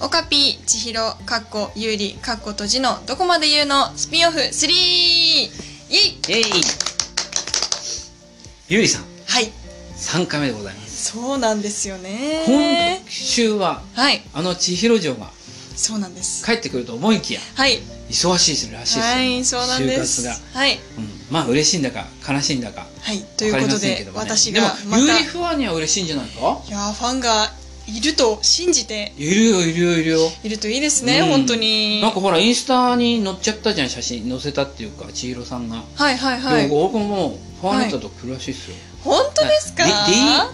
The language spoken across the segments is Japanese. オカピー、千尋、カッコ、ユーリ、カッコとじのどこまで言うのスピンオフ3イエイイエイゆりさんはい、 3回目でございますそうなんですよ今ね週ははい、あの千尋城がそうなんです帰ってくると思いきやはい、忙しいするらしいですよ、はい、そうなんです就活はい、うん、まあ嬉しいんだか悲しいんだかはい、とわいかうこりまとせんでけどもね私がまでもたユーリファーには嬉しいんじゃないかいやーファンがいると信じているよいるよいるよいるといいですね、うん本当になんかほらインスタに載っちゃったじゃん写真載せたっていうか千尋さんが、はいはいはでいも僕もファンレターと来るらしいですよ、本当ですかで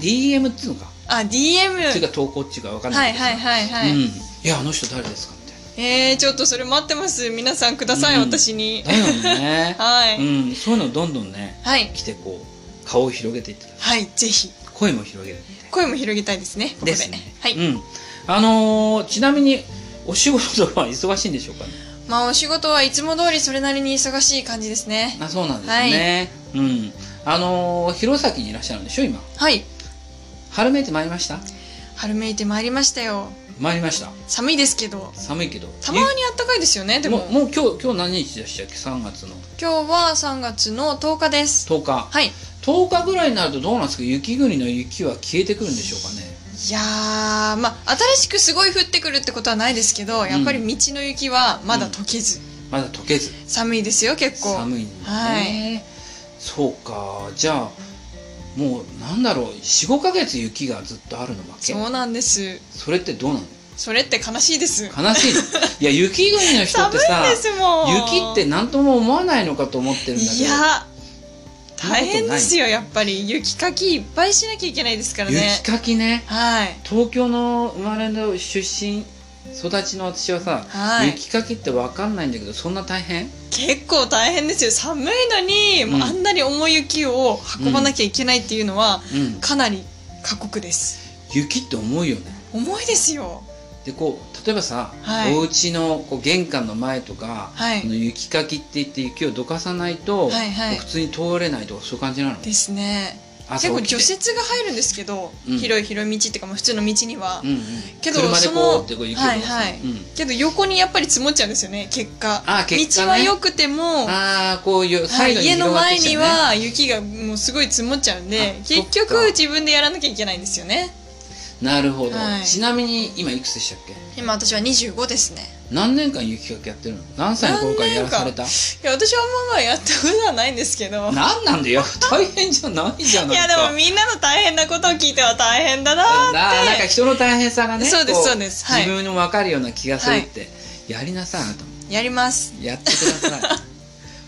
D DM っつうのか、あ DM っていうか投稿っていうかわかんなはいいけどさはいはいはい、うん、いやあの人誰ですかみたいえー、ちょっとそれ待ってます皆さんください、うん私になだよ ねはい、うん、そういうのどんどんねはい来てこう顔を広げていってはいぜひ声も広げる声も広げたいですねここでですねはい、うんあのーちなみにお仕事は忙しいんでしょうかねまあお仕事はいつも通りそれなりに忙しい感じですねあそうなんですね、うんあのー弘前にいらっしゃるんでしょ今はい春めいてまいりました春めいてまいりましたよ参りました寒いですけど寒いけどたまにあったかいですよねゆでももうもう今日今日何日でしたっけ3月の今日は3月の10日です10日はい10日ぐらいになるとどうなんですか雪国の雪は消えてくるんでしょうかねいやーまあ新しくすごい降ってくるってことはないですけど、やっぱり道の雪はまだ溶けず、まだ溶けず寒いですよ結構寒いんだはいね、そうかじゃあもうなんだろう45か月雪がずっとあるのわけそうなんですそれってどうなのそれって悲しいです悲し いのいや雪国の人っ寒いてさですもん雪って何とも思わないのかと思ってるんだいけやどそんなことない大変ですよやっぱり雪かきいっぱいしなきゃいけないですからね雪かきねはい東京の生まれの出身育ちの私はさ、はい雪かきって分かんないんだけどそんな大変結構大変ですよ寒いのに、うんもうあんなに重い雪を運ばなきゃいけないっていうのは、うんかなり過酷です雪って重いよね重いですよでこう例えばさ、はいお家のこう玄関の前とか、はいその雪かきって言って雪をどかさないと、はいはい普通に通れないとかそういう感じなのですね朝結構起きて除雪が入るんですけど、うん広い広い道っていうか、まあ、普通の道には、うんうん、けど車でそのこうってこう雪をはいはいうん、けど横にやっぱり積もっちゃうんですよね結果あ結果ね道は良くても、はああこういういサイドに家の広がっ前てきちにゃうねは雪がもうすごい積もっちゃうんであそっか結局自分でやらなきゃいけないんですよねなるほど、はいちなみに今いくつでしたっけ今私は25ですね何年間雪かきやってるの何歳の頃からやらされたいや私はまあまあやったことはないんですけど何なん だよ大変じゃないじゃないいかやでもみんなの大変なことを聞いては大変だなななんか人の大変さがねそうですこそうですはい自分にも分かるような気がするって、やりなさいあなたもやりますやってください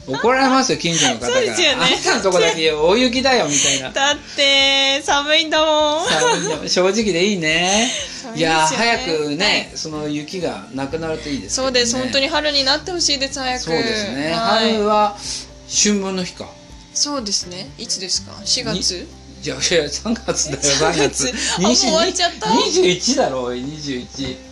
怒られますよ近所の方からそうですよねあんたのとこだけ大雪だよみたいなだって寒いんだもんさあ正直でいいね寒いですよねいや早くね、はいその雪がなくなるといいですけそどうね、です、本当に春になってほしいです早くそうですね、はい春は春分の日かそうですねいつですか4月じゃあいや3月だよ3 3月月あもう終わっちゃった21だろ20 21日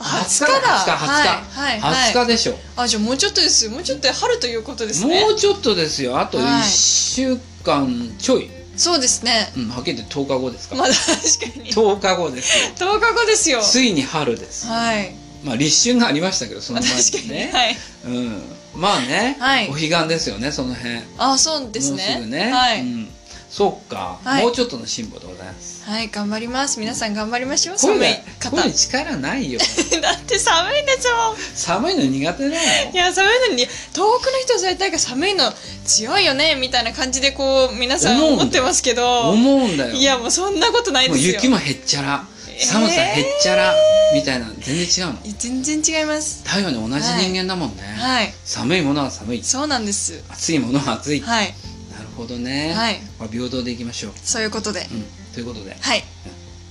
20だはいはいはい20日でしょ、あじゃあもうちょっとですもうちょっとで春ということですねもうちょっとですよあとは1い週間ちょい、そうですねうん、はっきり言って10日後ですか、まだ確かに10 10日後ですよ日後ですよついに春です、はいまあ立春がありましたけどそまのあ前確かににね、はいうん、まあね、はいお彼岸ですよねその辺あそうですねもうすぐね、はういん、そっか、はいもうちょっとの辛抱でございますはい頑張ります皆さん頑張りましょう声寒がい方だ声に力な いよって寒いんですもん寒いの苦手なのいや寒いのに遠くの人はそれなんか寒いの強いよねみたいな感じでこう皆さん思うんだよ思ってますけど思うんだよいやもうそんなことないもでうすよ雪もへっちゃらえー寒さへっちゃら、みたいなの全然違うのいや全然違います太陽に同じ人間だもんね、はい寒いものは寒いそうなんです暑いものは暑い、はいなるほどね、はいまあ、平等でいきましょう、そういうことでうん、ということではい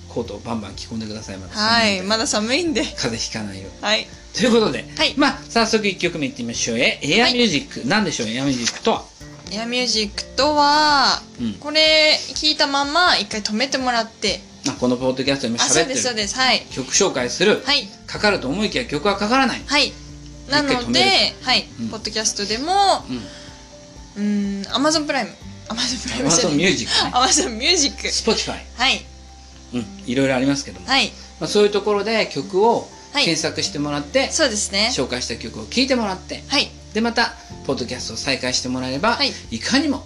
コートをバンバン着込んでくださいまだは寒いのでまだ寒いんで風邪ひかないようにはいということで、はいまあ早速1曲目いってみましょうえエアミュージック、なんでしょうエアミュージックとはエアミュージックとは、うんこれ聞いたまんま一回止めてもらってあこのポッドキャストでもあそ喋うっですてそうるですはい曲紹介する、はいかかると思いきや曲はかからない、はいな一回止のでめはい、うんポッドキャストでもうん、うーんアマゾンプライムアマゾンプライム Amazon じ Music ゃないアマゾンミュージック Spotify、はいうん、いろいろありますけども、はいまあ、そういうところで曲をはい検索してもらって、そうですね紹介した曲を聴いてもらってはいでまたポッドキャストを再開してもらえば、はいい、かにも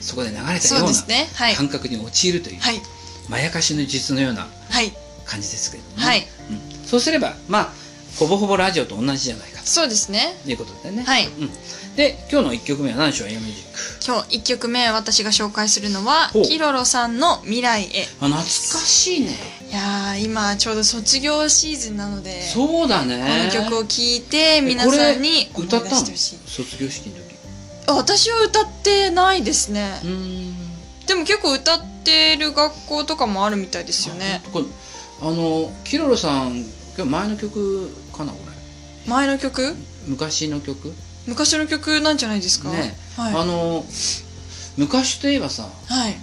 そこで流れたそうようでなすねはい感覚に陥るという、はいまやかしの術のようなはい感じですけれどもね、はいうんそうすればまあほぼほぼラジオと同じじゃないかそうですねということでね、はいうん、で今日の1曲目は何でしょうエアミュージッ今日1曲目私が紹介するのはほうキロロさんの「未来へ」クあ懐かしいねいやー今ちょうど卒業シーズンなのでこそうだねの曲を聴いて皆さんにえこ思い出れ歌ったのしてほしい卒業式の時あ私は歌ってないですねうーんでも結構歌ってる学校とかもあるみたいですよねあこれあのキロロさん今日前の曲かなこれ前の曲昔の曲、昔の曲なんじゃないですかねはいあの昔といえばさ、はい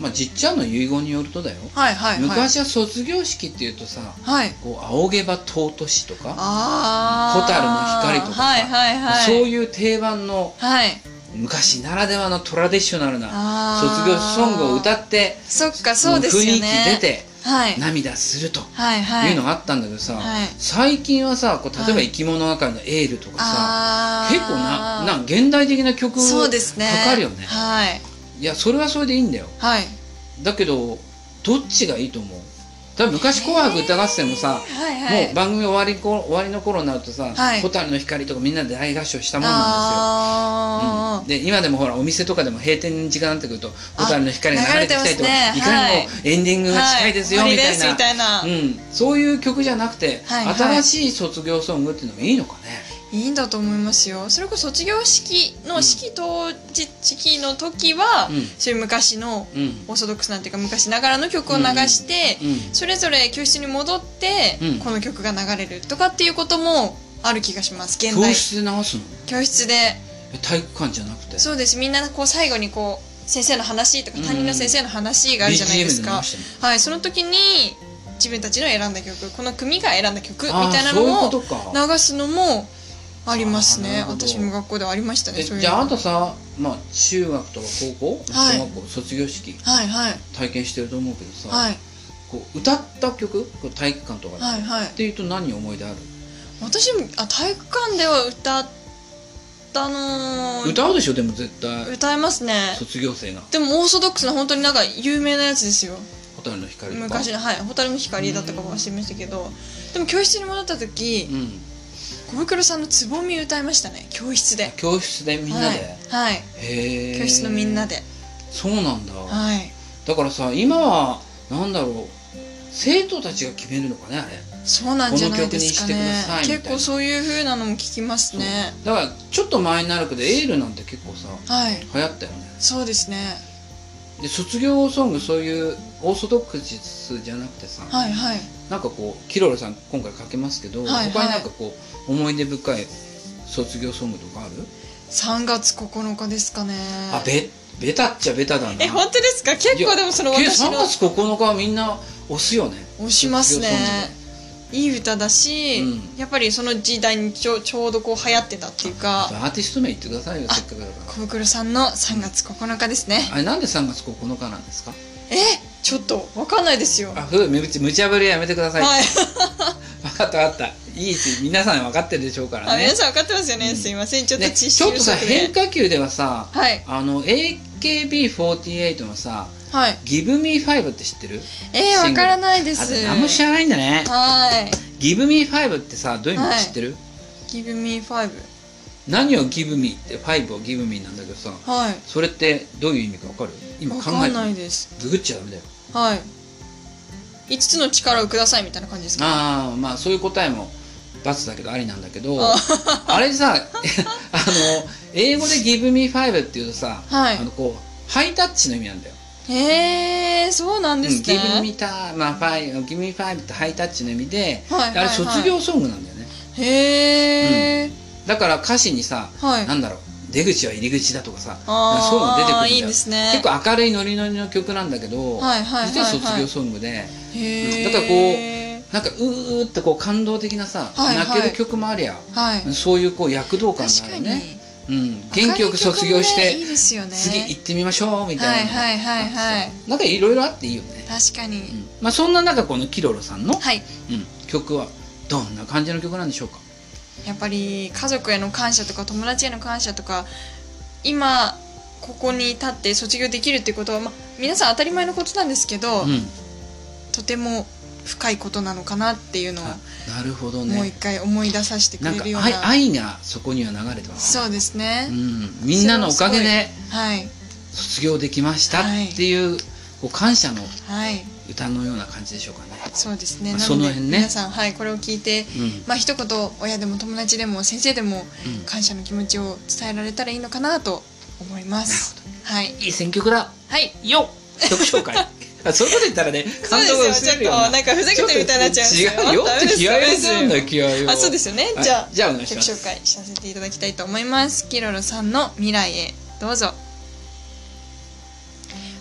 まあ、じっちゃんの遺言によるとだよ、はいはいはい昔は卒業式っていうとさはいこう青毛羽尊しとか、ああ蛍の光とかさはいはいはいそういう定番のはい昔ならではのトラディショナルなあー卒業ソングを歌ってそっかそうですよね雰囲気出てはい涙するとはいはいいうのがあったんだけどさ、はい最近はさこう例えばは「い生き物係のエール」とかさ、あー結構ななんか現代的な曲そうですねかかるよねはいいやそれはそれでいいんだよはいだけどどっちがいいと思う多分昔「紅白歌合戦」もさ、はいはいもう番組終わりこ終わりの頃になるとさ「はい蛍の光」とかみんなで大合唱したもんなんですよあうんで今でもほらお店とかでも閉店時間になってくると「蛍の光」が流れてきたりと流か、れてますねいかにもはエンディングーが近いですよ、はみたい終わりですみたないな、うん、そういう曲じゃなくて、はいはい新しい卒業ソングっていうのもいいのかねいいんだと思いますよそれこそ卒業式の式当日式の時は、うんそういう昔のうんオーソドックスなんていうか昔ながらの曲を流して、うんそれぞれ教室に戻って、うんこの曲が流れるとかっていうこともある気がします現教代室で流すの教室でえ体育館じゃなくてそうですみんなこう最後にこう先生の話とかうん担任の先生の話があ BGM るじでゃない流ですしてか、はいその時に自分たちの選んだ曲この組が選んだ曲みるのあたいなーそういうのこをとか流すのもありますあーなるねほど私も学校ではありましたねえそういうじゃああのんたさ、まあ、中学とか高校、はい小学校卒業式はいはい体験してると思うけどさ、はいこう歌った曲こう体育館とかで、はいはいっていうと何思い出ある私もあ体育館では歌ったの歌うでしょでも絶対歌えますね卒業生がでもオーソドックスな本当になんか有名なやつですよ「蛍の光」とか昔のはい「蛍の光」だったかも忘れましたけどでも教室に戻った時うん、小袋さんの「つぼみ」歌いましたね教室で教室でみんなで、はい、はいへえ教室のみんなでそうなんだ、はいだからさ今はなんだろう生徒たちが決めるのかねあれそうなんじゃないですかこの曲にねしてくださいみたいな結構そういう風なのも聞きますねだからちょっと前になるけどエールなんて結構さはい流行ったよねそうですねで卒業ソングそういうオーソドックスじゃなくてさ、はいはいなんかこうキロロさん今回かけますけど、はいはい他になんかこう思い出深い卒業ソングとかある、 3月9日ですかねあべベタっちゃベタだなえ本当ですか結構でもその計私3の月9日はみんな押すよね押しますね卒業ソングいい歌だし、うんやっぱりその時代にちょちょうどこう流行ってたっていうかアーティスト名言ってくださいよあせっかくだか小ら袋さんの3月9日ですねあれなんで3月9日なんですかえちょっとわかんないですよあふう無無茶ぶりはやめてください、はい分かった分かったいいし皆さん分かってるでしょうからあ ね皆さん分かってますよね、うんすいませんちょっとね知ち識ょ不っと足で、さ変化球ではさはいあの AKB48 のさはい「Give Me Five」って知ってるえー、わからないであす何も知らないんだねはい「Give Me Five」ってさどういう意味か知ってる、 Give me five 何を「Give Me」って「Five」を「Give Me」なんだけどさはいそれってどういう意味か分かる今わ考かえんないてですググっちゃダメだよはい5つの力をくださいみたいな感じですかああまあそういう答えも罰だけどありなんだけどああれさ あの英語で「Give me five」っていうとさ、はいあのこうハイタッチの意味なんだよ。へえそうなんですね、うん、Give me five、まあ、five、Give me five ってハイタッチの意味で、はいはいはいあれ卒業ソングなんだよね。へえ、だから歌詞にさ、はいなんだろう出口は入り口だとかさ、あーそういうの出てくるんだよいいですね結構明るいノリノリの曲なんだけど、はいはいはいはい実は卒業ソングで。へえだからこなんかうーってこう感動的なさ、はいはい泣ける曲もありゃ、はいそういうこう躍動感が確あかるに、ね。うん、元気よく卒業し明るい曲もねいて、いですよね次行ってみましょうみたいな、はいはいはいはいなんかいろいろあっていいよね、確かに、うんまあ、そんな中このキロロさんの、はいうん、曲はどんな感じの曲なんでしょうかやっぱり家族への感謝とか友達への感謝とか今ここに立って卒業できるっていうことは、まあ、皆さん当たり前のことなんですけど、うんとても深いことなのかなっていうのをあなるほどもう一ね回思い出させてくなんれかるような愛愛がそこには流れてますそうですね、うん、みんなのおかげではい卒業できましたはいっていうこう感謝のはい歌のような感じでしょうかね。そうですねまあなそのので辺ね皆さん、はい、これを聞いてうんまあ一言親でも友達でも先生でもうん感謝の気持ちを伝えられたらいいのかなと思いますはいいい選曲だはいよ曲紹介 あそういうこと言ったらねそう感で動が薄すよれるちょよっとうななんかふざけてるみたいになっちゃうんですよ違うよダっメてです気合いするんだよ気合いをあそうですよね、はいじゃあじゃあお願いし曲ます紹介させていただきたいと思いますキロロさんの未来へどうぞ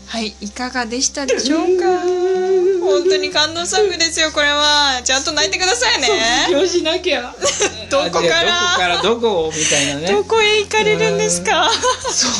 はいいかがでしたでしょうか本当に感動作ですよこれはちゃんと泣いてくださいね卒業しなきゃ どこからあじゃあどこからどこみたいなねどこへ行かれるんですか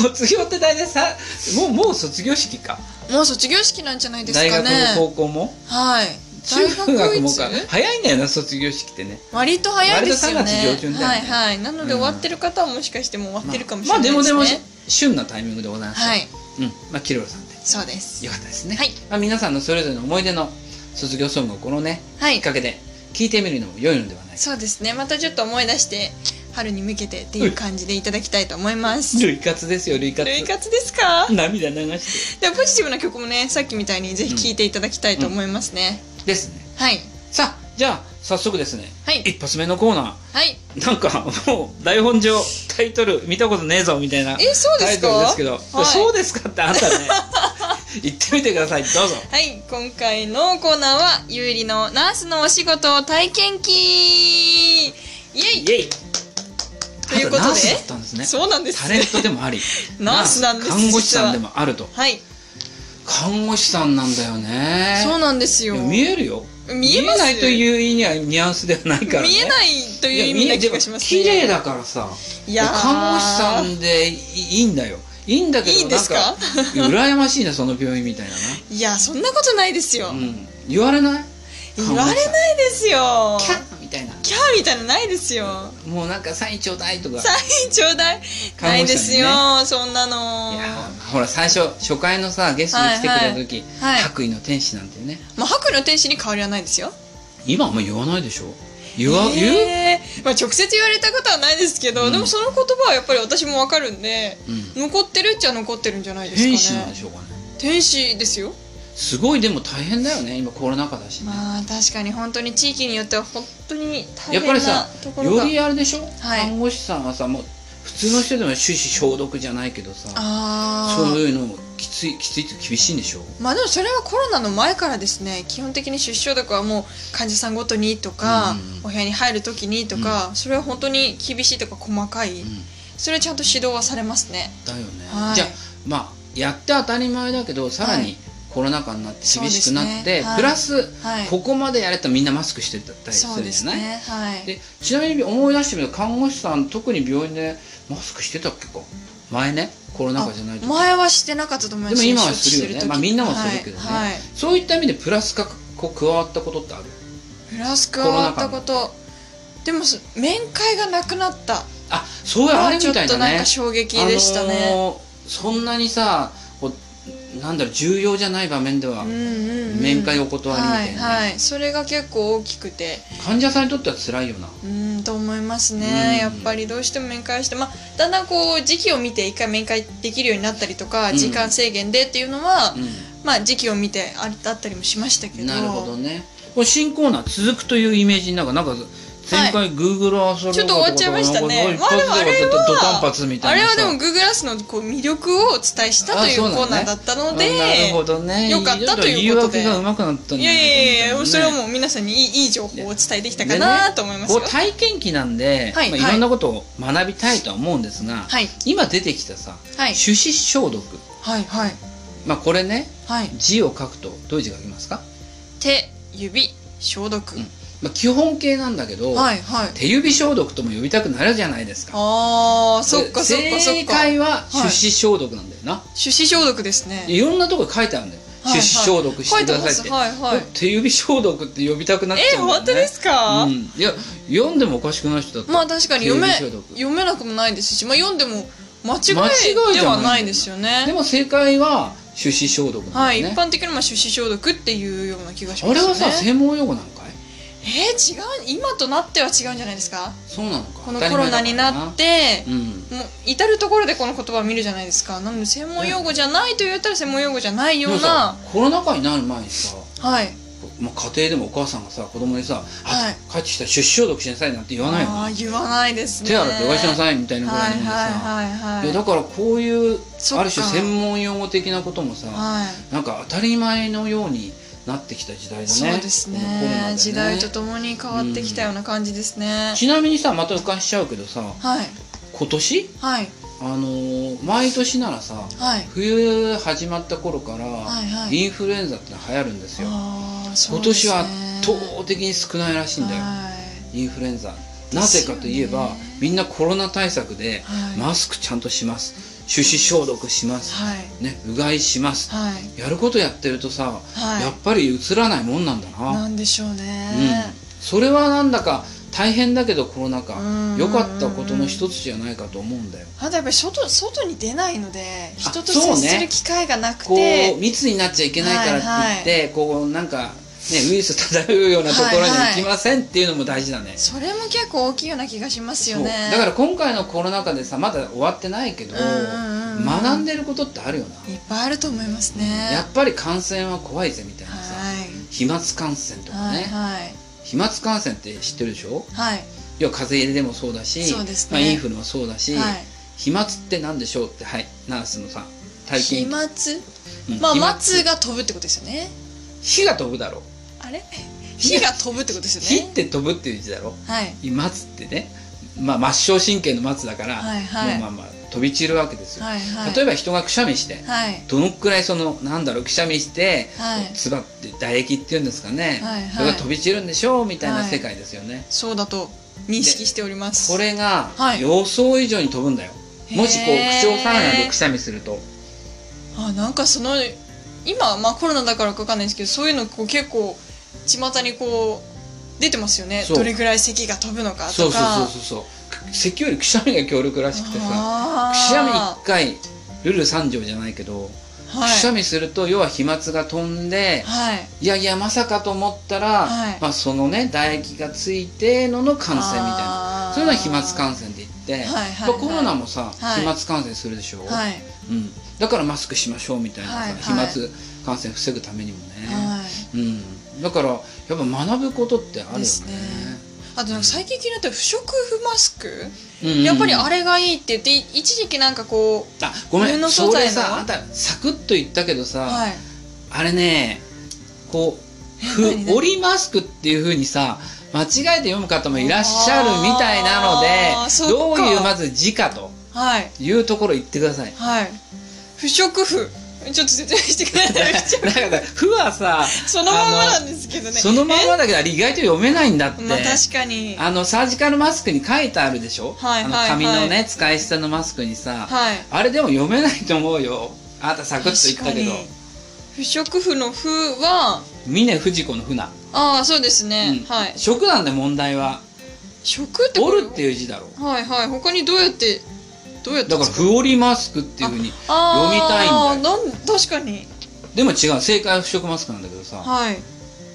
卒業って大体さもうもう卒業式かもう卒業式なんじゃないです大か学ねも高校もはい中学もか大学いつ早いんだよな卒業式ってね割と早いですよね割と3月上旬だよねはいはいなので終わってる方はもしかしてもう終わってるかもしまれあないででもすでね、も旬なタイミングでございますよはいうんまあキロロさんでそうですよかったですねはいまあ皆さんのそれぞれの思い出の卒業ソングをこのねはいきっかけで聞いてみるのも良いのではないかそうですねまたちょっと思い出して春に向けてっていう感じでいただきたいと思います類活ですよ類活類活ですか涙流してでもポジティブな曲もねさっきみたいにぜひ聴いていただきたいと思いますね、ですねはいさあじゃあ早速ですねはい一発目のコーナはいーなんかもう台本上タイトル見たことねえぞみたいなえそうでタイすトかルですけどはいそうですかってあんたね 言ってみてくださいどうぞはい今回のコーナーはゆうりのナースのお仕事体験記イエイイエイということであなたナースだったんですねそうなんですタレントでもあり ナースなんですナー看護師さんでもあるとはい、看護師さんなんだよねそうなんですよでも見えるよ見えますないという意味はニュアンスではないからね見えないという意味な気がしますねいや見えでも綺麗だからさいやー看護師さんでいいいんだよいいんだけどいいんですかなんか羨ましいなその病院みたいいやそんなことないですよ、 なな、うん、言われない言われないですよキャッみたいなキャーみたいなのないですよもうなんかサインちょうだいとかサインちょうだい、看な護い師でさんすにねよそんなのいやーほら最初初回のさゲストに来てくれた時、はいはいはい白衣の天使なんてねまあ白衣の天使に変わりはないですよ今あんま言わないでしょ言わ、言うえーまあ、直接言われたことはないですけど、うんでもその言葉はやっぱり私もわかるんでうん残ってるっちゃ残ってるんじゃないですかね天使なんでしょうかね天使ですよすごいでも大変だよね今コロナ禍だしね、まあ確かに本当に地域によっては本当に大やっぱ変りさなところがよりあれでしょ、はい看護師さんはさもう普通の人でも手指消毒じゃないけどさあそうあいうのもきついきついって厳しいんでしょまあでもそれはコロナの前からですね基本的に出生とかはもう患者さんごとにとか、うんうんお部屋に入る時にとか、それは本当に厳しいとか細かい、うんそれはちゃんと指導はされますねだよね、はいじゃあまあやって当たり前だけどさらはにいコロナ禍になって厳しくなそうっですて、ねはいプラス、はいここまでやれたらみんなマスクしてたりすそうるでじすゃないねはいでちなみに思い出してみると看護師さん特に病院でマスクしてたっけか前ねコロナ禍じゃないあ時前はしてなかったと思いでまもす今はするよ処置ね、時まあ、みんなもするけどね、はいはいそういった意味でプラスがこう加わったことってあるフラスクはあったことでもそ面会がなくなったあそうやああれれみちょったいとななんねか衝撃でしたあね、のーそんなにさこうなんだろう重要じゃない場面ではうんうんうん面会お断りみたいなね、はいはいそれが結構大きくて患者さんにとっては辛いよなうんと思いますうんねやっぱりどうしても面会して、まあ、だんだんこう時期を見て一回面会できるようになったりとか、うん時間制限でっていうのは、うまあ時期を見てああったりもしましたけどんなるほどねこれ新コーナー続くというイメージになんかなんか前回 Google アーサロちょっと終わっちゃいましたね一発でまあでもあれは終わっちゃったドカンパツみたあいれなはさでも Google Earth のこう魅力をお伝えしたとあいうそうなのねコーナーだったので、あなるほどねよかったということでちょっ言い訳がうまくなったんいやいやいや、それはうもう皆さんにいいいい情報をお伝えできたかなと思いますこよ。う体験記なんで、はいまあ、いはいろんなことを学びたいとは思うんですが、はい今出てきたさ、はい手指消毒、はいはいまあ、これねはい。字を書くとどういう字が書きますか、手、指、消毒。うんまあ、基本形なんだけど、はいはい。手指消毒とも呼びたくなるじゃないですかああ、そっかそっかそっ正か。解は手指消毒なんだよな、手指消毒ですね。いろんなとこに書いてあるんだよはい手指消毒し書ていくてだまさいっすて、はいはい手指消毒って呼びたくなっちえゃうんだよ本ね当ですか、うん、いや読んでもおかしくない人だったまあ確かに読め手指消毒読めなくもないですし、まあ、読んでも間間違違いいじでゃないはないですよねでも正解は手指消毒なはんい、だよ一ね、般的にまあ手指消毒っていうような気がしあますれよねはさ専門用語なのかいえー、違う今となっては違うんじゃないですかそうなのか、このコロナになっててうん、もう至る所でこの言葉を見るじゃないですかなので専門用語じゃないと言ったら専門用語じゃないでよもうさなコロナ禍になる前にさ、はいまあ、家庭でもお母さんがさ子供にさ「あはい帰ってきたら手指消毒しなさい」なんて言わないよねああ言わないですね手洗ってうがいしなはさいみたいいなぐらいのもんでさ、はいはいいやはいだからこういうそっかある種専門用語的なこともさ、はいなんか当たり前のようになってきた時代だねそうですねこのコロナでね時代とともに変わってきたような感じですね、ちなみにさまた浮かしちゃうけどさはい今年はいあのー毎年ならさはい冬始まった頃から、はいはいインフルエンザってのは流行るんですよあーそう今です年ねは圧倒的に少ないらしいんだよ、はいインフルエンザなでぜすよねかといえば、みんなコロナ対策で、はいマスクちゃんとします手指消毒します、はいね、うがいします、はいやることやってるとさ、はいやっぱり映らないもんなんだな、なんでしょううんね、、それはなんだか大変だけどコロナ禍うん良かったことの一つじゃないかと思うんだよあとやっぱり外外に出ないので人とそうね接する機会がなくこて、う密になっちゃいけないからって言って、こうなんか、ね、ウイルス漂うようなところに行きませんっていうのも大事だね、それも結構大きいような気がしますよそうねだから今回のコロナ禍でさまだ終わってないけど、うんうんうん学んでることってあるよな、いっぱいあると思いますねやっぱり感染は怖いぜみたいなさ、はい飛沫感染とかはね、いはい飛沫感染って知ってるでしょはい要は風邪でもそうだしそうですねまあ、インフルもそうだし、はい飛沫って何でしょうってはいナースのさ体飛験沫うんまあ飛沫松が飛ぶってことですよね火が飛ぶだろあれ火が飛ぶってことです火よっねて飛ぶっていう字だろはい飛沫ってねまあ末梢神経の末だから、はいはいまあまあまあ飛び散るわけですよ、はいはい例えば人がくしゃみしてはいどのくらいそのなんだろうくしゃみしてはいつば、って唾液っていうんですかね、はいはいそれが飛び散るんでしょうみたいなはい世界ですよね、そうだと認識しておりますこれがはい予想以上に飛ぶんだよ、へーもしこう口を押さないでくしゃみするとあなんかその今まあコロナだからかわかんないですけどそういうのこう結構巷にこう出てますよねそうどれぐらい咳が飛ぶのかとかそうそうそうそうそうく咳よりくしゃみが強力らしくてさあーくしゃみ1回ルル3条じゃないけど、はいくしゃみすると要は飛沫が飛んで、はいい、やいやまさかと思ったら、はいまあ、そのね唾液がついてのの感染みたいななそういうのは飛沫感染で言って、いはいはいまあコロナもさ、はい飛沫感染するでしょ、はいうん、だからマスクしましょうみたいなさ、はいはい飛沫感染防ぐためにもね、はいうん、だからやっぱ学ぶことってあるよねですねあとなんか最近気になった不織布マスクうんやっぱりあれがいいって言ってい一時期なんかこうあごめ布んのそ素材れのさあんたサクッと言ったけどさ、はいあれねこうえふ何何折りマスクっていうふうにさ間違えて読む方もいらっしゃるみたいなのあーそっでかどういうまず字かとはいいうところ言ってください。はい不織布ちょっと説明してくだ さいだから「ふ」はさそのまんまなんですけどねそのまんまだけどあれ意外と読めないんだって。まあ確かにあのサージカルマスクに書いてあるでしょ、はいはいあの紙のはね使い捨てのマスクにさ、はいあれでも読めないと思うよあなたサクッと言ったけど確かに不織布の「布は峰不二子の「ふな」ああそうですね、うんはい食なんだよ問題は食っ「て折る」っていいう字だろうはいはい他にどうやってどうやってだから「使う不折りマスク」っていうふうにあー読みたいんだなん確かにでも違う正解は不織マスクなんだけどさはい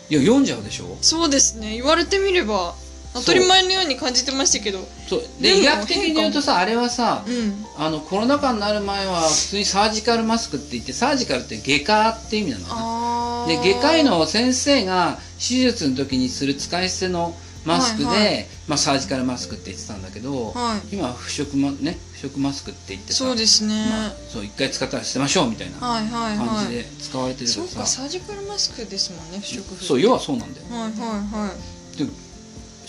いや読んじゃうでしょそうですね言われてみればそう当たり前のように感じてましたけどそうででも医学的に言うとさあれはさうんあのコロナ禍になる前は普通にサージカルマスクって言ってサージカルって外科って意味なんだよねああで外科医の先生が手術の時にする使い捨てのマスクで、はいはまあ、サージカルマスクって言ってたんだけど、はい今は不織マね不織マスクって言ってさそうですね、まあ、そう一回使ったら捨てましょうみたいなはいはい感はじいで使われてるけそどうさ、かサージカルマスクですもんね不織布そう要はそうなんだよはいはいは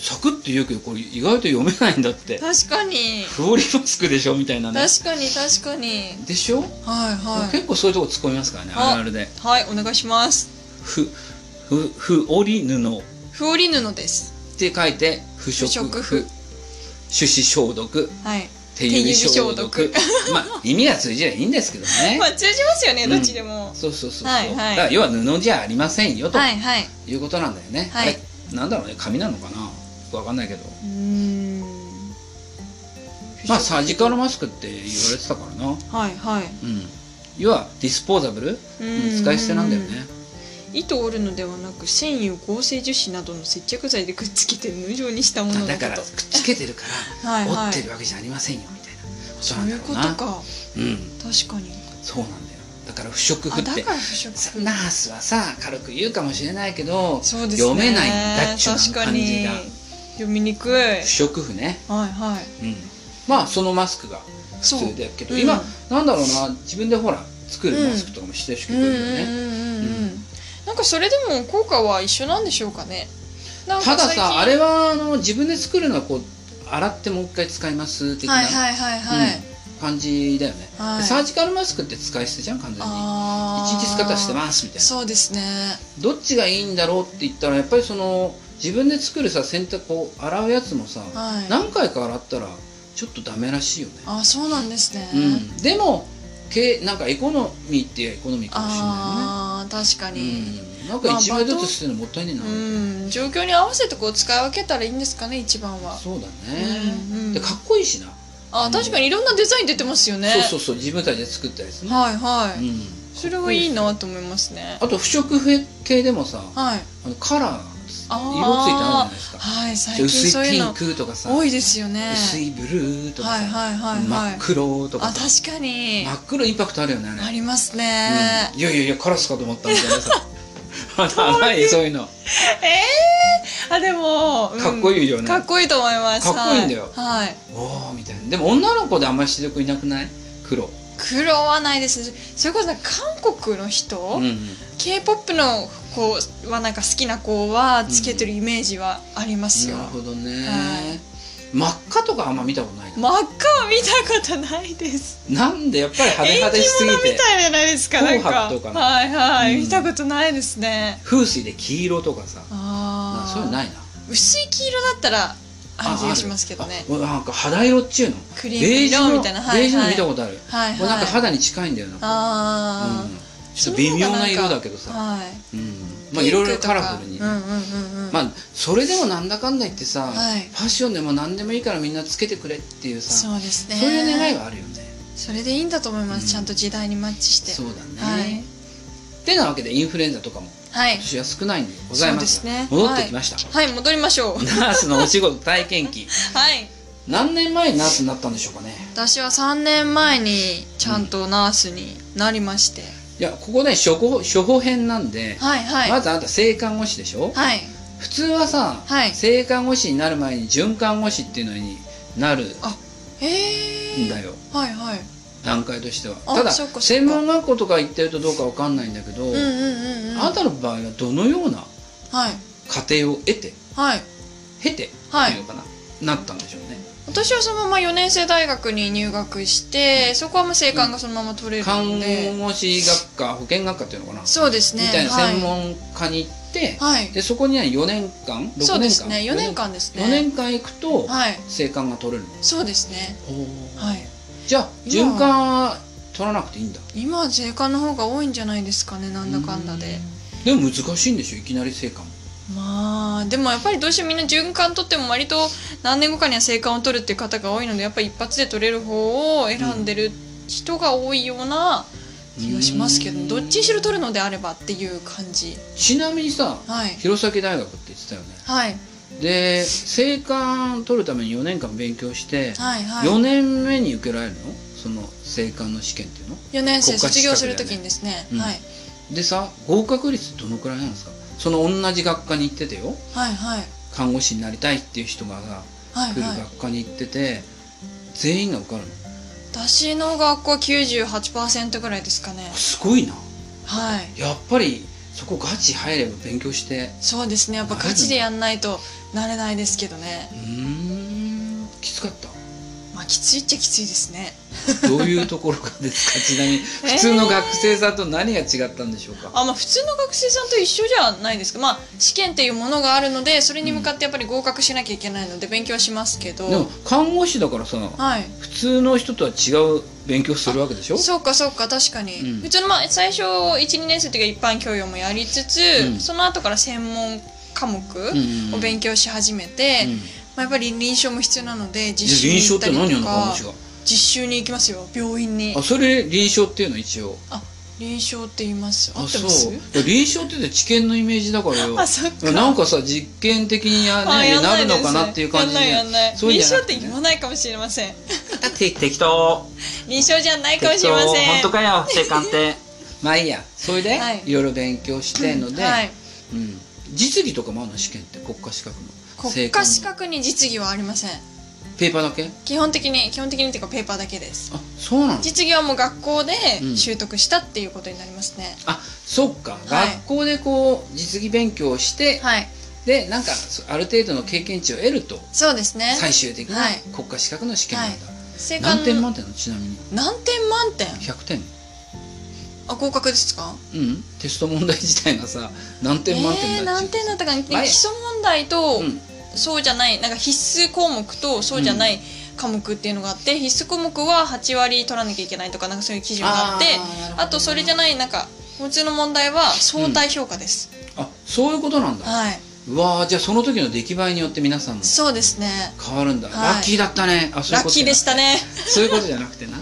サクッと言うけどこれ意外と読めないんだってい確かにフオリマスクでしょみたいなね確かに確かにでしょ、はいはい結構そういうとこ突っ込みますからねああるあるではいお願いしますふふふ織り布っ不織布ですて書いて不織不布織布手指消毒はい手指消手毒指 まあ耳が通じりゃいいんですけど ね、まあ通じますよね、うんどっちでも。そうそうそうそう、はいはいだから要は布じゃありませんよとはいはい。いうことなんだよね、はいあれなんだろうね紙なのかなわかんないけどうーん。まあサジカルマスクって言われてたからな、うん、はいはい。要はディスポーザブル、ううんーん使い捨てなんだよね糸を織るのではなく繊維を合成樹脂などの接着剤でくっつけて無状にしたもののことだからくっつけてるかはいら折はっいてるわけじゃありませんよみたいなことそなうんいだうろこうとなかうん確かにそうなんだよだから不織布あっだてから不織さ布ナースはさ軽く言うかもしれないけどそうですね読めないんだっちゅう確か感じにが読みにくいはい不織布ね、はいうん、まあそのマスクがそう普通だけど、うん今なんだろうな自分でほら作るマスクとかもしてるしうん結構うんいるうよね、んうんなんかそれでも効果は一緒なんでしょうかねなんかただ最近さあれはあの自分で作るのはこう洗ってもう一回使います的な、はいはいはいはい、うん感じだよね、はいでサージカルマスクって使い捨てじゃん完全にあ一ー日使ったらしてますみたいそうですねなどっちがいいんだろうって言ったらやっぱりその自分で作るさ洗濯こう洗うやつもさ、はい何回か洗ったらちょっとダメらしいよね、あそうなんですね、うん、でもけなんかエコノミーってエコノミーかもしれないよねあー確かに、うん、なんか一枚ずつ捨てるのもったいねえな、うん、状況に合わせてこう使い分けたらいいんですかね一番は、そうだね、うんうんでかっこいいしな、あ確かにいろんなデザイン出てますよねそうそうそう自分たちで作ったやつね、はいはい、うん、それはいいなと思いますねあと不織布系でもさはいあのカラーあー色ついてあるじゃないですかはい最で近薄そういいうピンのクとかさ多いですよね薄いブルーとかさ、はいはいはいはい真っ黒とかあさ確かに真っ黒インパクトあるよねあれありますうね、んいやいやいやカラスかと思ったみたいなさ あないそういうのあでも、うんかっこいいよねかっこいいと思いますかっこいいんだよはい、はいおーみたいなでも女の子であんまり視力いなくない黒、黒はないですそれこそ韓国の人、うんうん、 k p o p の子はなんか好きな子はつけてるイメージはありますよ、なるほどね、は真っ赤とかあんま見たことないな、真っ赤は見たことないですなんでやっぱり派手派手しすぎみてたいじゃないですかなんか紅白とかのはいはい、うん見たことないですね風水で黄色とかさあああそういうのないな薄い黄色だったらある気がしますけどねあるあなんか肌色っちゅうのクリーム色みたいなはいはいベージュの見たことある、はいはいこれなんか肌に近いんだよな、ああ、うんちょっと微妙な色だけどさ、はいうん、まあいろいろカラフルピンに、クとかうんうんうんうんまあそれでもなんだかんだ言ってさ、はいファッションでも何でもいいからみんなつけてくれっていうさそうですねそういう願いはあるよねそれでいいんだと思います、うんちゃんと時代にマッチしてそうだね、はいってなわけでインフルエンザとかもはい今年は少ないんでございますがそうですね戻ってきました、はい戻りま しょうナースのお仕事体験記はい何年前にナースになったんでしょうかね私は3年前にちゃんとナースになりまして、いやここね処方処方編なんで、はいはい、まずあなた性看護師でしょ、はい普通はさ、はい性看護師になる前に準看護師っていうのになるんへえだよ、はいはい段階としてはあただそっかそっか専門学校とか行ってるとどうかわかんないんだけど、うんうんうんうんあなたの場合はどのようなはい過程を得てはい経てはいっていうのかな、なったんでしょうね私はそのまま4年生大学に入学してそこはもう生還がそのまま取れる看ので、護師学科保健学科っていうのかな、そうですねみたいなはい専門科に行って、はい、でそこには4年間6年間そうですね4年間ですね4年間行くとはい生還が取れるの、そうですねはいじゃあ今は循環は取らなくていいんだ今は税関の方が多いんじゃないですかねなんだかんだででも難しいんでしょいきなり生還もまあでもやっぱりどうしてもみんな循環取っても割と何年後かには生還を取るっていう方が多いのでやっぱり一発で取れる方を選んでる人が多いような気がしますけど、うんどっちにしろ取るのであればっていう感じちなみにさはい弘前大学って言ってたよねはいで生還取るために4年間勉強して、はいはい4年目に受けられるのその生還の試験っていうの4年生国家卒業資す格だるよねときにですねうんはいでさ合格率どのくらいなんですかその同じ学科に行っててよはいはい看護師になりたいっていう人がさはい来るはい学科に行ってて、全員が受かるの私の学校は98%ぐらいですかねすごいなはいやっぱりそこガチ入れば勉強してそうですねやっぱガチでやんないとなれないですけどねうーんきつかったまあきついっちゃきついですねどういうところがですか ちなみに普通の学生さんと何が違ったんでしょうか、あまあ、普通の学生さんと一緒じゃないですか、まあ、試験っていうものがあるのでそれに向かってやっぱり合格しなきゃいけないので勉強はしますけど、でも看護師だからさはい、普通の人とは違う勉強するわけでしょそうかそうか確かに、うん普通の、まあ、最初12年生の時は一般教養もやりつつ、うんその後から専門科目んを勉強し始めて、うんまあ、やっぱり臨床も必要なのでで実習臨に行床っったてり何やとるの看か護師が実習に行きますよ病院にあそれ臨床っていうの一応臨床って言います合あってまそうすいや臨床って言って治験のイメージだからよあそっかなんかさ実験的にや,、あね、やなんないるでのすかなっていう感じでやんないやんないそういうん臨じゃ床っなくててね言わないかもしれませんて適当臨床じゃないかもしれませんかよ性感って まあいいやそれで、はいい、ろいろ勉強してんので、はい、うん、実技とかもあるの試験って国家資格の国家資正解格に実技はありませんのペーパーだけ基本的に基本的にっていうかペーパーだけですあそうなの実技はもう学校でうん習得したっていうことになりますね、あそっか、はい学校でこう実技勉強をして、はいでなんかそある程度の経験値を得るとそうですね最終的なはい国家資格の試験なんだ、正解何点満点なのちなみに何点満点100点あ合格ですかうんテスト問題自体がさ何点満え点ー、だっ何て点だったかな基前礎問題と、うんそうじゃないなんか必須項目とそうじゃない科目っていうのがあって、必須項目は8割取らなきゃいけないとかなんかそういう基準があってあーなるほどねあとそれじゃないなんか普通の問題は相対評価です、あそういうことなんだ、はいうわーじゃあその時の出来栄えによって皆さんもそうですね変わるんだ、はいラッキーだったねあそういラうッことキーでしたねそういうことじゃなくてな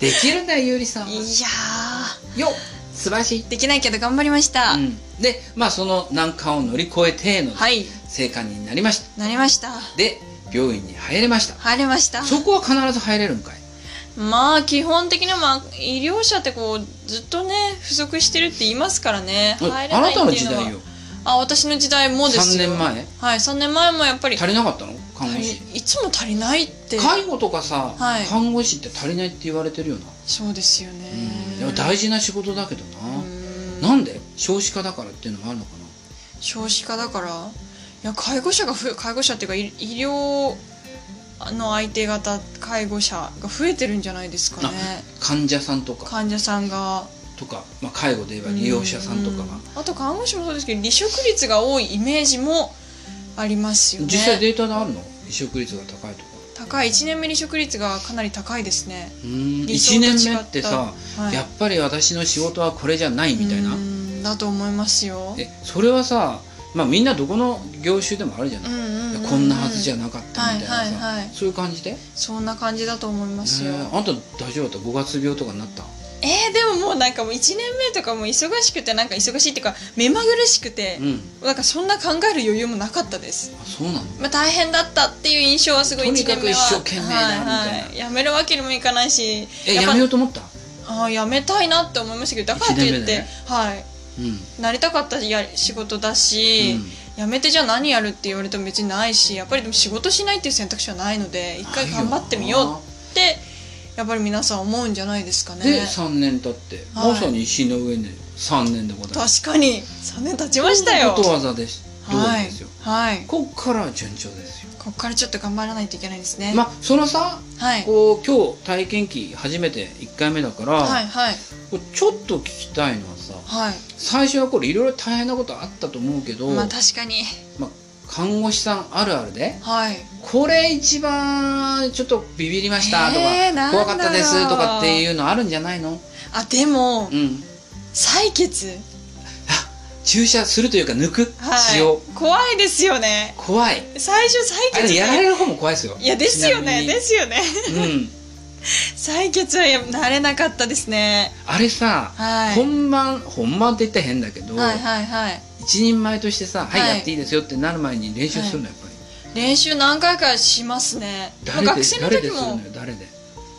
できるんだよゆりさんいはやよ素晴らしい、ーできないけど頑張りました、うん、でまあその難関を乗り越えてのはい生還になりました、なりましたで病院に入れました入れましたそこは必ず入れるんかいまあ基本的にはまあ医療者ってこうずっとね不足してるって言いますからね入れあなないっていたうののは時代よあ私の時代もですよ3年前はい3年前もやっぱり足りなかったの看護師いつも足りないって介護とかさ、はい看護師って足りないって言われてるよな、そうですよねうん、でも大事な仕事だけどな、うんなんで少子化だからっていうのもあるのかな少子化だからいや介護者がふ介護者っていうか医医療の相手方介護者が増えてるんじゃないですかね患者さんとか患者さんがとか、まあ、介護で言えば利用者さんとかが、うあと看護師もそうですけど離職率が多いイメージもありますよね実際データであるの離職率が高いとか高い1年目離職率がかなり高いですね理想1と違った年目ってさ、はいやっぱり私の仕事はこれじゃないみたいなうんだと思いますよえそれはさ、まあ、みんなどこの業種でもあるじゃない、いやこんなはずじゃんなかったみたいなさ、はいはいはいそういう感じで、そんな感じだと思いますよえーあんた大丈夫だった5月病とかになったえー、でももうなんかもう1年目とかもう忙しくてなんか忙しいっていうか目まぐるしくてう、んなんかそんな考える余裕もなかったです、あそうなのまあ、大変だったっていう印象はすごいと1に年かく目は一生懸命はだみたいなはい、やめるわけにもいかないしえだかやらめようと思ったあーやめたいなって思いましたけどだからとい一年目っでて、ねはいうん、うんなりたかったや仕事だし、やめてじゃあ何やるって言われても別にないしやっぱりでも仕事しないっていう選択肢はないので一回頑張ってみようってやっぱり皆さん思うんじゃないですかねで3年経って、はいまさに石の上に3年でございます確かに3年経ちましたよことわざですどうはいですよ、はいこっからは順調ですよこっからちょっと頑張らないといけないですね、まあそのさはいこう今日体験記初めて1回目だから、はいはいこうちょっと聞きたいのはさはい最初はこれいろいろ大変なことあったと思うけど、まあ確かにまあ看護師さんあるあるではいこれ一番ちょっとビビりましたとか、えーなんだろ怖うかったですとかっていうのあるんじゃないの、あでもうん、採血注射するというか抜く、は血をい怖いですよね怖い最初あ採れ血やられる方も怖いですよいやですよねちでなすよねみにうん採血はや慣れなかったですねあれさ、はい本番本番って言ったら変だけど、はいはいはい一人前としてさ「はい、はいやっていいですよ」ってなる前に練習するのやっぱり、練習何回かしますね、まあ、誰で学生の誰時でするものよ誰で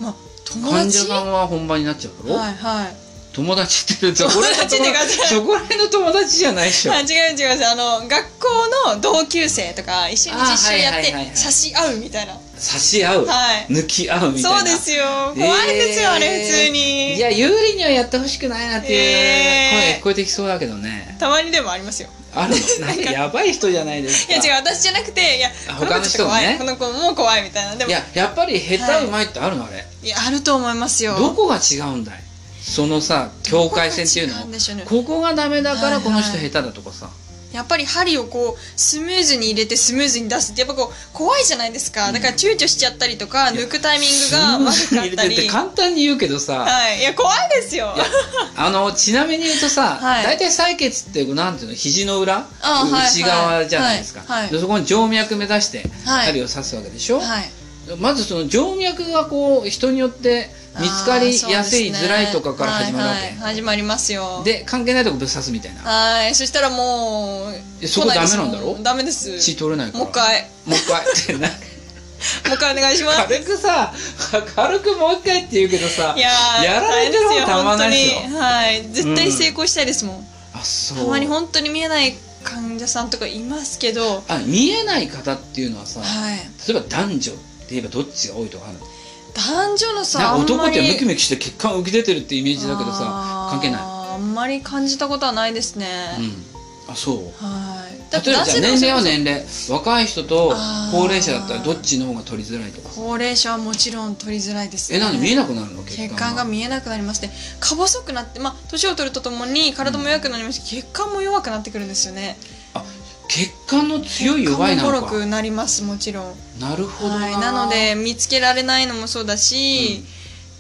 まあ友患者達さんは本番になっちゃうだろ、はいはい友達ってそこら辺の 友達って感じそこら辺の友達じゃないでしょあ違う違うあの学校の同級生とか一緒に実習やっあはいはいはいはてい差し合うみたいな差し合う、はい抜き合うみたいなそうですよ怖いですよ、えーあれ普通にいや有利にはやってほしくないなっていう声えー聞こえてきそうだけどね、たまにでもありますよあるのなんかやばい人じゃないですいかや違う私じゃなくていやあこの他子のち人ょっとも怖い、ねこの子もう怖いみたいなでもいややっぱり下手うまいってあるのあれ、いやあると思いますよどこが違うんだいそのさ境界線っていうどこが違うんのでしょうねここがダメだからこの人はいは下手いだとかさ、やっぱり針をこうスムーズに入れてスムーズに出すってやっぱこう怖いじゃないですかだから躊躇しちゃったりとか抜くタイミングが悪スムかっーズに入たれりてって簡単に言うけどさ、 はいいや怖いですよいやあのちなみに言うとさ、はい大体採血ってなんていうの肘の裏あはい内側じゃないですか、はいはいでそこに静脈目指してはい針を刺すわけでしょ、はいまずその静脈がこう人によって見つかりやすい、あーそうですねづらいとかから始まるわけ、はいはい始まりますよで関係ないとこぶっ刺すみたいなはいそしたらもえうそこ来いですダメなんだろもうダメです血取れないからもう一回もう一回って なんかもう一回お願いします 軽くさ軽くもう一回って言うけどさいやーやられてる方たまんないですよ大変ですよ本当にはい絶対成功したいですもん、あそうたまに本当に見えない患者さんとかいますけどはあ見えない方っていうのはさい例えば男女って言えばどっちが多いとかあるの男女のなさあんんか男まってりムキムキして血管浮き出てるってイメージだけどさあー関係ないあんまり感じたことはないですね、うんあそうはいだって例えばじゃあ男性でも年齢はそれこ年齢若い人とあー高齢者だったらどっちの方が取りづらいとかそ高齢者はもちろん取りづらいです、ね、えなんで見えなくなるの血血管管がが見えなくなりますねか細くなってまあ年を取るとともに体も弱くなりますし、血管も弱くなってくるんですよね血管の強い弱いな血管のもボかロくなりますもちろんなるほどはい、なので見つけられないのもそうだし、うん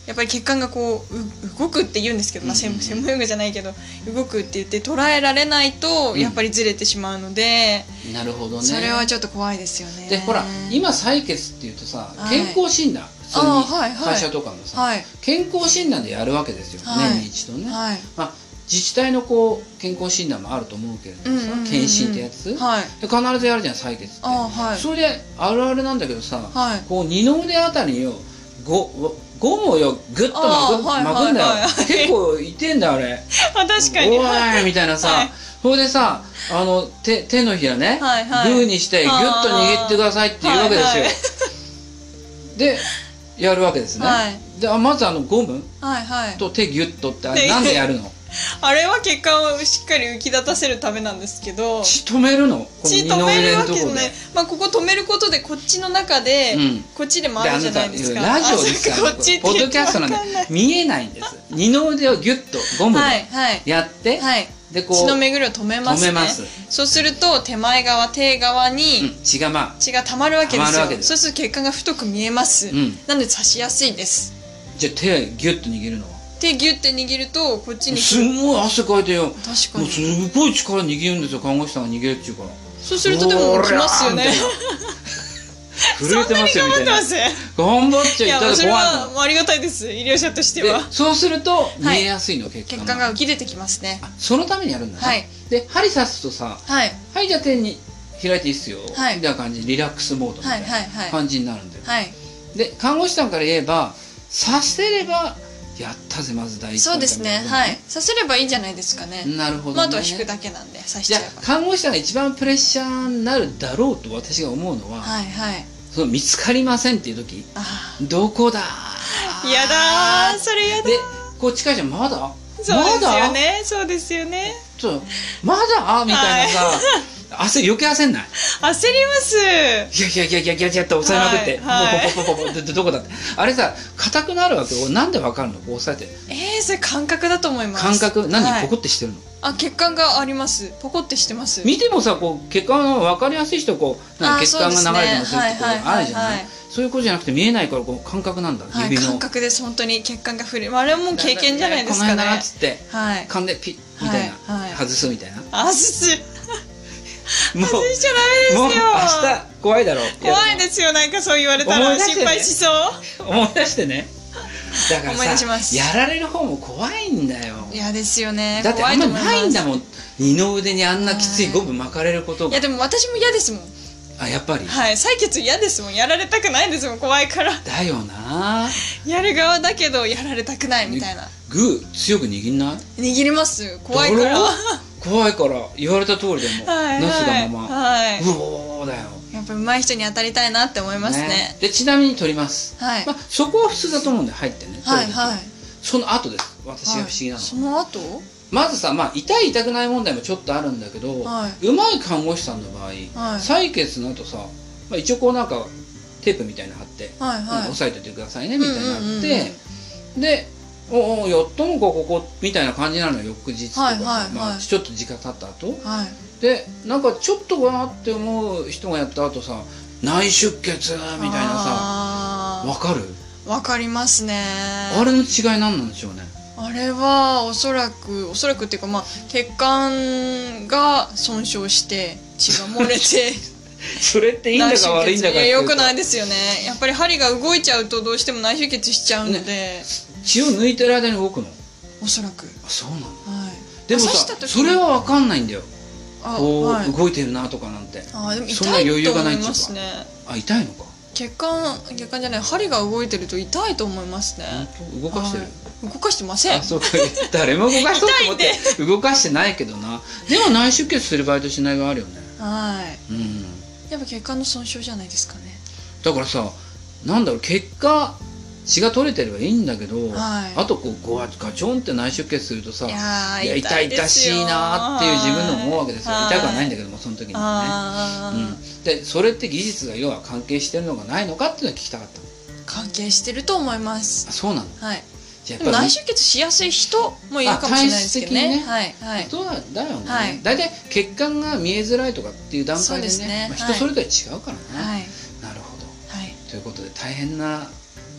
やっぱり血管がこうう動くって言うんですけど、まあ、うんうん専専門用語じゃないけど動くって言って捉えられないとうんやっぱりずれてしまうので、なるほどねそれはちょっと怖いですよね。でほら今採血っていうとさはい健康診断普通あーはいにはい会社とかのさはい健康診断でやるわけですよはい年に一度ねはいまあ自治体のこう健康診断もあると思うけれどもさうんうんうんうん検診ってやつではい必ずやるじゃん採血ってあーはいそれであるあるなんだけどさはいこう二の腕あたりをゴゴムをよグッと巻く,、あーはい巻くんだよ、はいはい結構痛えんだよあれあ確かにおはいーいみたいなさ、はいそれでさあの手手のひらね、はいはいグーにしてギュッと握ってくださいって言うわけですよ、はいはでやるわけですね、はであまずあのゴムはいはいと手ギュッとってあねれなんでやるのあれは血管をしっかり浮き立たせるためなんですけど血止めるのこの血二止のめ腕るのわとけじころゃでない、まあ、ここ止めることでこっちの中で、うんこっちでで回あるじゃななたいですかラジオですあかそらうこっちってポッドキャストなんでわかんない見えないんです二の腕をギュッとゴムはいではいやって、はいでこう血の巡りを止めますね止めますそうすると手前側手側うにん血がまあ血が溜まるわけで溜まするよ、わけですそうすると血管が太く見えます、うんなので刺しやすいですじゃあ手ギュッと握るのは手ギュッて握るとこっちにすんごい汗かいてよ確かもうにすごい力握るんですよ看護師さんが握るって いうからそうするとでも来ますよねおりゃーみたいな震えてますよ頑み張たってますいいな頑張っちゃやいもたうらそれ怖はいもうありがたいです医療者としてのはでそうすると見はいえやすいの血血管管が浮き出てきますねあそのためにやるんだねはいで針刺すとさはいはいじゃあ手に開いていいっすよみはたいいな感じリラックスモードみたいなはいはいはい感じになるんだよはいで看護師さんから言えば刺せればやったぜまず第一そうですねみたはいい刺せればいいんじゃないですかねななるほどねまあ、あとは引くだけなんで刺しじちゃゃえあ看護師さんが一番プレッシャーになるだろうと私が思うのは、ばはいはいその見つかりませんっていう時あどこだーやだーそれやだでこう近いじゃんまだそうですよまだねそうですよねちょっとまだみたいなさ、汗余計焦んない焦りますいやいやいやいやいやいやって抑えまくって、はいはいもうポポポポポってどこだってあれさ硬くなるわけなんでわかるのこう抑えてえー、それ感覚だと思います感覚何、はいポコってしてるのあ血管がありますポコってしてます見てもさこう血管が分かりやすい人こうなんかあー血管が流れてますそうよっですねてところがあるじゃはいはないはいいそういうことじゃなくて見えないからこう感覚なんだ、はい指の感覚です本当に血管が触れあれはもう経験じゃないですかこのね辺だなっつってはい噛んでピッみたいな、はいはい外すみたいなもあすうも う外しちゃダ明メですよ日怖いだろ怖いですよなんかそう言われた思いら出して心ね配しそう思い出してねだから思い出しまさすやられる方も怖いんだよいやですよねだってあんま怖と思ますないんだもん二の腕にあんなきついゴム巻かれることいがやでも私も嫌ですもんあやっぱり、はい採血嫌ですもんやられたくないですもん怖いから だよなやる側だけどやられたくないみたいなグー強く握んない握ります怖いからだろ は怖いから言われた通りでも、いなすはがいまま、はいうおーだよやっぱり上手い人に当たりたいなって思いますねでちなみに取ります、はい、まあ、そこは普通だと思うんで入ってねはい取る時はいその後です私が不思議なのは、その後まずさ、まあ、痛い痛くない問題もちょっとあるんだけど、はいうまい看護師さんの場合、はい採血の後さ、まあ、一応こうなんかテープみたいなの貼って、はいうんはい押さえておいてくださいねみたいなのあっうて、んうんうんでおうおうやっともここここみたいな感じなのよ翌日とか、はいはいはいまあ、ちょっと時間経った後はいでなんかちょっとかなって思う人がやった後さ内出血みたいなさわさかるわかりますねあれの違い何なん でしょうねあれはおそらくおそらくっていうかまあ血管が損傷して血が漏れてそれ っていいんだ内か出悪いん血だかっていやよくなういですよねやっぱり針が動いちゃうとどうしても内出血しちゃうので、血を抜いてる間に動くのおそらくあそうなのはいでも刺したさ時それは分かんないんだよあこう、はい動いてるなとかなんてあでもそんな痛い余と裕思がないいっちゅうかますねあ痛いのか血管血管じゃない針が動いてると痛いと思いますね本当動かしてる、はい動かしてませんあそうか誰も動かそうと思って痛動かしてないけどなでも内出血する場合としない場合あるよねはいうんやっぱ血管の損傷じゃないですかね。だからさなんだろう結果血が取れてればいいんだけど、はいあとこうゴワガチョンって内出血するとさいやーいや痛々しいなーっていう自分のも思うわけですよ痛くはないんけだけどもその時にどはね、あうーん、でそれって技術が要は関係してるのかないのかっていうのを聞きたかった関係してると思います。あそうなのはい。じゃあでやもっぱり内出血しやすい人もいるかもしれないですけどね。あはいはい。そうなんだよね、はい大体血管が見えづらいとかっていう段そう階ででねすねまあ、は人いそれぞれ違うからね、はいなるほどはい。ということで大変な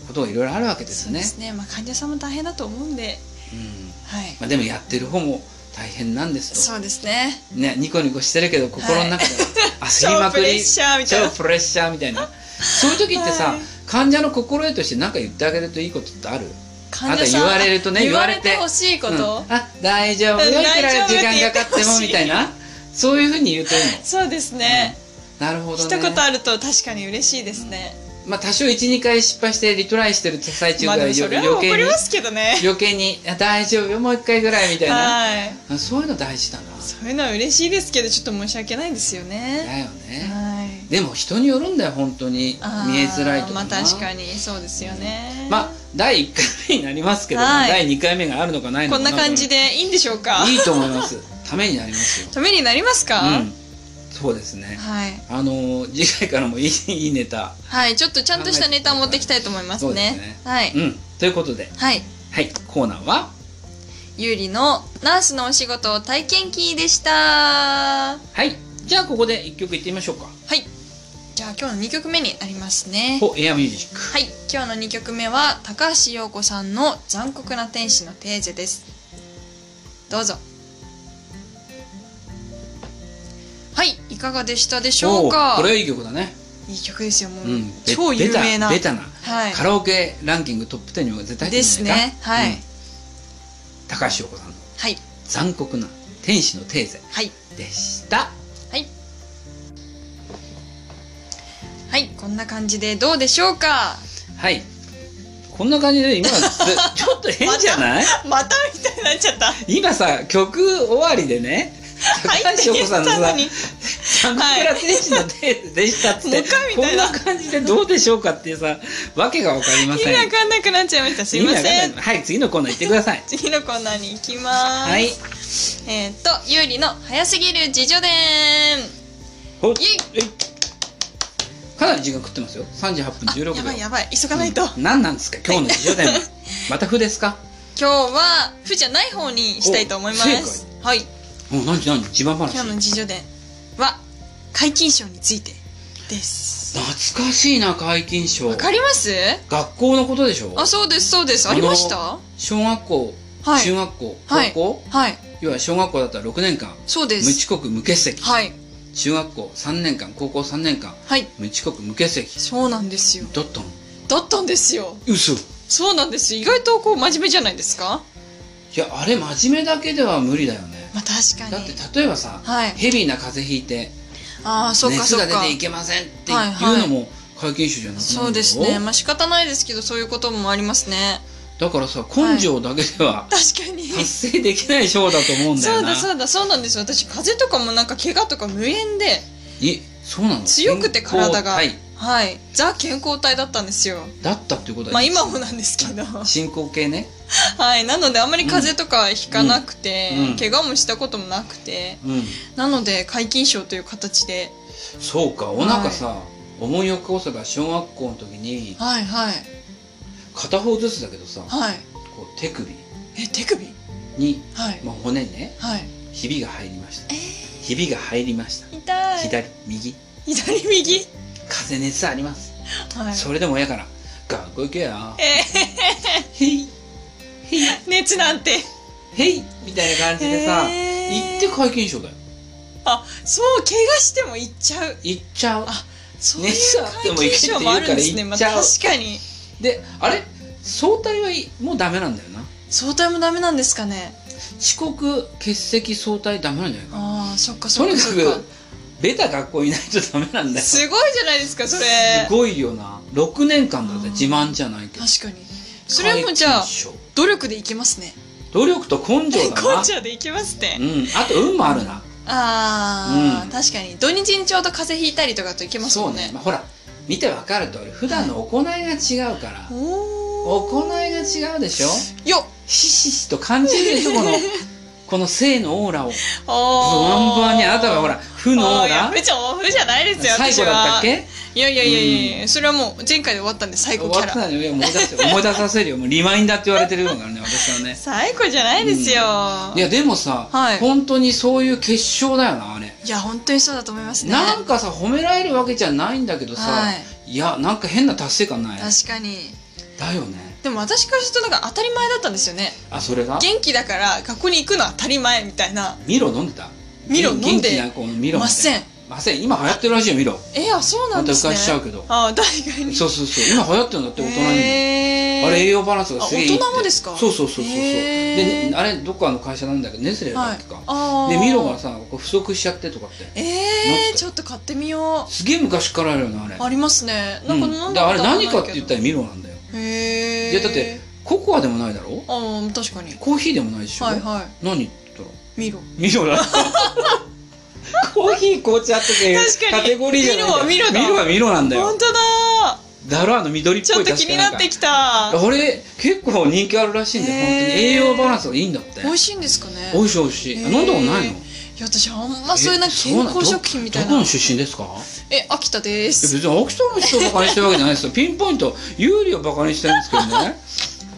ことがいろいろあるわけですそうねですね。まあ患者さんも大変だと思うんで、うんはい。まあ、でもやってる方も大変なんですそうですね。と、ね、ニコニコしてるけど心の中では焦りま超くプりレッシャーみたいな。超プレッシャーみたいなそういう時ってさ、はい患者の心得として何か言ってあげるといいことってある患者さんあと言われるとね言われて言われてほしいこと。うんあ大丈夫よいく大丈ら夫時間かかってもみたいなそういうふうに言うといいのそうですね。なるほど一ね言あると確かに嬉しいですね。まあ多少12回失敗してリトライしてる最中まかあでらも余それは余計怒りにますけどね。余計にいや大丈夫よもう一回ぐらいみたいなはい。あそういうの大事だなそういうのは嬉しいですけどちょっと申し訳ないですよね。だよねはい。でも人によるんだよ本当にあー見えづらいとかまなあ確かにそうですよね。まあ第1回目になりますけども、はい第2回目があるのかないのこかんなな感じでいいんでしょうか。いいと思いますためになりますよ、ためになりますか。うん、そうですねはい。あのー次回からもいい いいネタはい。ちょっとちゃんとしたネタを持ってきたいと思いますそうでね。すねはい、うんということではい。はいコーナーはゆうりのナースのお仕事体験記でした。ははいじゃあここで1曲いってみましょうかい。じゃあ今日の2曲目になりますね。おエアミュージックはい。今日の2曲目は高橋洋子さんの残酷な天使のテーゼです。どうぞ。はい。いかがでしたでしょうおかーこれはいい曲だね、いい曲ですよ。もう、うん、べ超有名な。ベタベタな、はい。カラオケランキングトップ10にも絶対入でってするんじゃないね。はい。うん高橋洋子さんのはい。 「残酷な天使のテーゼはい。」でしたはい。はい。こんな感じでどうでしょうかはいこんな感じで 今ちょっと変じゃないまたみたいになっちゃった。今さ曲終わりでね高橋洋子さんのさに。 「残酷な天使のテーゼでした」っつって、もう一回みこたんいなな感じでどうでしょうかっていうさわけがわかりま意せん味わかんなくなっちゃいました。すいま意味わかせんんない。はい次のコーナー行ってください次のコーナーに行きます。はいえーっ、と、ゆうりの早すぎる自助伝。ほっイえいかなり時間食ってますよ38分16秒やばいやばい、急がないと。うん何なんですか今日の自助伝また歩ですか今日は、負じゃない方にしたいと思います。はい。お何何自慢今話日の懐自助伝は、皆勤賞についてです。かしいな皆勤賞わかります学校のことでしょあ、そうです、そうです。ありましたは小学校、い。中学校、はい高校、はい。要は小学校だったら6年間そうで無す。遅刻無欠席はい。中学校3年間高校3年間はい。無遅刻無欠席そうなんですよ。ドットンだったんですよ。嘘いそうなんですよ。意外とこう、真面目じゃないですかやあれ真面目だけでは無理だよねまあ確かだっに。て例えばさ、はい。ヘビーな風邪ひいてああ、そうか熱そうがか。出ていけませんっていはいうはいのも皆勤賞じゃなくなるんだろそうですね。まあ仕方ないですけど、そういうこともありますね。だからさ根性だけでは確かに。達成できない賞だと思うんだそようなだそうだそうなんですよ私風邪とかもなんか怪我とか無縁でえそうなの強くて体が健康はいザ健康体だったんですよ体だったっていうことはまあ今もなんですけど 進行形ねはいなのであんまり風邪とかひかなくて、うんうん怪我もしたこともなくてうんなので皆勤賞という形でそうかお腹さ、思い起こせば小学校の時にはいはい片方ずつだけどさこはいう手首え手首に、はいまあ、骨にねはいひびが入りましたえひびが入りましたー、痛い左右左右風熱あります、はいそれでも親から「学校行け よ」え「へいへいー、熱なんてへい」みたいな感じでさ、えー行って皆勤賞だよそう怪我しても行っちゃう行っちゃうあそういう熱あって皆も勤行けって言賞うもあるんですね、からまあ、行っちゃう確かにであれ早退はいもうダメなんだよな早退もダメなんですかね遅刻欠席早退ダメなんじゃないかなああそっかそとっにかかそっかくベタ学校いないとダメなんだよすごいじゃないですかそれすごいよな6年間だあぜー自慢じゃないけど確かにそれはもうじゃあ皆勤賞努力でいけますね努力と根性だ な根性でいけますって、うんあと運もあるなあー、うん確かに土日にちょうど風邪ひいたりとかといけますそもうんねね、まあ、ほら見てわかる通り普段の行いが違うから、お行いが違うで しょいよっひしひしと感じるでしょ このこの性のオーラをあバンバンにあなたがほら負のオーやラめちゃおふじゃないですよ最後だった私っはけいやいやいやいや、それはもう前回で終わったんで最後終キわャってラないのよいや思い出せよ思い出させるよもうリマインダーって言われてるようだからね 私はね最後じゃないですよ、いいややでもさ、はい本当にそういう結晶だよなあれ本当にそうだと思いますねなんかさ褒められるわけじゃないんだけどさ、、はいやなんか変な達成感ない確かにだよねでも私からするとなんか当たり前だったんですよねあそれが元気だから学校に行くのは当たり前みたいなミロ飲んでたミロ飲んで元気な子のミロませんません今流行ってるらしいよミロえあそうなまんたで浮すねかしちゃうけどああ確かにそうそうそう今流行ってるんだって大人に、へーあれ栄養バランスがすげえいいってあ大人もですかそうそうそうそうそうで、へーねあれどっかの会社なんだけどネスレだはっいけか、あでーミロがさこう不足しちゃってとかってえなー、んちょっと買ってみよすげえ昔からあるよなあれうありますねなんか飲んだこうん、でとあれ何かって言ったららミロなんだよへえいやだってココアでもないだろああ確かにコーヒーでもないでしょ、はいはい何言ったらミロミロだ コーヒー紅茶とかいう確かにカテゴリーじゃないミロはミロだミロはミロなんだよ本当だだろあの緑っーちぽょっいと気になってききたあれ結構人気あるらしいんだよ、本当に栄へー養バランスがいいんだって美味しいんですかね美味しい美味しい、あへー飲んだことないのいや私あんまそういうなんか健康食品みたいえそうなのどどこの出身ですかいやえ秋田です 別に青木さんの人をバカにしてるわけじゃないですよピンポイント有利をバカにしてるんですけど ね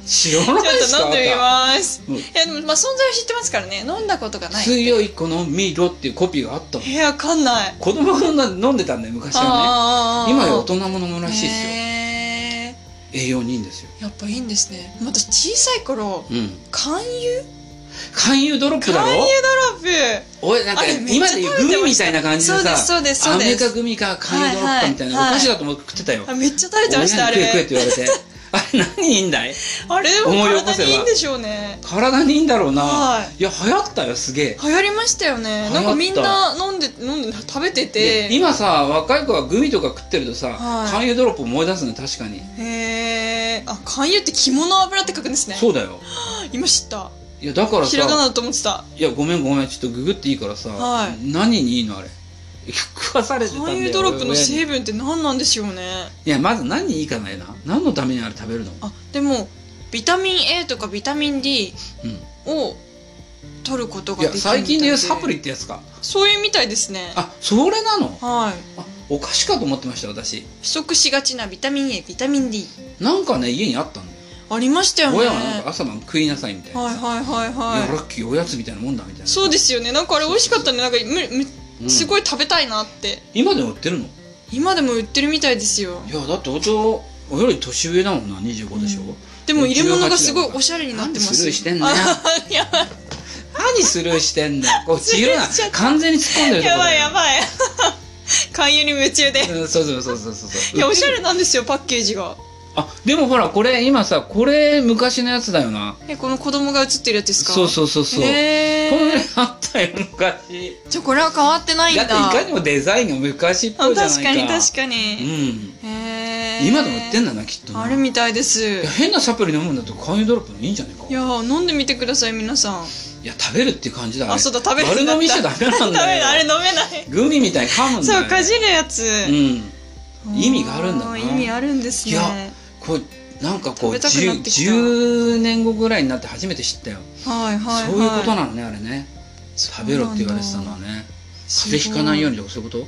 知らないちょですっかと飲んでみますうんいやでもまあ存在は知ってますからね飲んだことがない強いこのミロっていうコピーがあったのえーわかんない子供が飲んだ飲んでたんだよ昔はねあーあーあー今や大人も飲むらしいですよへ栄養にいいんですよーやっぱいいんですね私小さい頃うん勧誘勧誘ドロップ勧誘だドろロップおいなんかあれめっちゃ今でいうグミみたいな感じでさそうですそうですそうですアメリカグミか勧誘ドロップかみたいな、はいはいお菓子だと思って食ってたよ、あめっちゃ垂れてましたあ親に食え食えっれて言わ れてあれ何いいんだいあれでも思い起こ体せばにいいんでしょうね体にいいんだろうな、はいや流行ったよすげえ流行りましたよね行ったなんかみんな飲んで飲んで食べてでて今さ若い子がグミとか食ってるとさ、はい勧誘ドロップ思い出すね確かに、へえあ勧誘って着物油って書くんですねそうだよ今知ったいやだからひさらがなだと思ってたいやごめんごめんちょっとググっていいからさ、はい何にいいのあれ食わされてたんだよ勧誘ドロップのい成分って何なんでしょうねいやまず何にいいかないな何のためにあれ食べるのあでもビタミン A とかビタミン D うんを取ることいができやるみたい最近でいうサプリってやつかそういうみたいですねあそれなのはいあお菓子かと思ってました私不足しがちなビタミン A ビタミン D なんかね家にあったんだよありましたよね親はなんか朝晩食いなさいみたいなはいはいはいいやはラッキーおやつみたいなもんだみたいいなそうですよねなんかあれ美味しかったねなんかむうむんすごい食べたいなって、今でも売ってるのい今でも売ってるみたいですよやだってお嬢俺より年上だもんな25でしょ、うんでも入れ物がすごいおしゃれになっ何てまスすルーしてんだあよーやば何スルーしてんだよこうちぎるなスルーしちゃった完全に突っ込んでるいとこやばいやいばい 勧誘に夢中でうん、そうそうそうそうそうそういやおしゃれなんですよパッケージがあでもほらこれ今さこれ昔のやつだよなえこの子供が写ってるやつですかそうそうそうそう、へこれえあったよ昔じゃあこれは変わってないんだだっていかにもデザインが昔っぽあいじゃない確かかに確かうに、んへえ今でも売ってんだだなきっとなあるみたいですいや変なサプリ飲むんだと勧誘ドロップのいいんじゃないかいやー飲んでみてください皆さんいいや食べるっていう感じだねあそうだ食べるんだ丸飲みしちゃダメなん食べないあだれよ飲めないグミみたいに噛むんだよそうかじるやつ、うん意味があるんだなう意味あるんですねいやこうなんかこ食うべたくなっ 10, てきた10年後ぐらいになって初めて知ったよ、はいはいはいそういうことなのねあれね食べろって言われてたのはねすご風邪ひかないようにとかそういうこと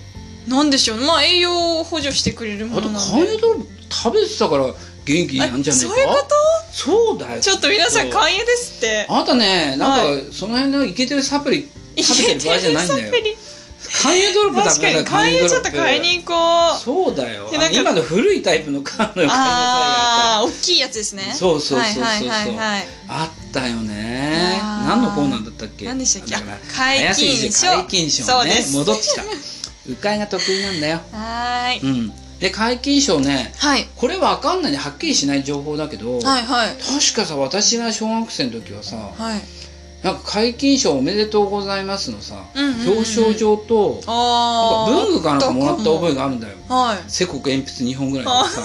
なんでしょうまあ栄養を補助してくれるあもとのなんでカニと食べてたから元気なんじゃねえかあそういうことそうだよちょっと皆さんそう寛永ですってあなたねなんか、はその辺のイケてるサプリ食べてる場合じゃないんだイよケてる勧誘ドロップだ確かに寛永ちょっと買いに行こうそうだよでなんか今の古いタイプの缶のよああ大きいやつですねそうそうそうそうそうはいはいはい、はい、あったよねあー何のコーナーだったっけ何でしたっけあだから解禁書解禁賞そうねです戻ってきた迂回が得意なんだよはーいうんで解禁賞ねはいこれは分かんないねはっきりしない情報だけはど、いはい確かさ私が小学生の時はさはいなんか解禁賞おめでとうございますのさ、うんうんうん表彰状となんあかあ文具かなんかもらった覚ええがあるんだよはいせこく鉛筆2本ぐらいのさ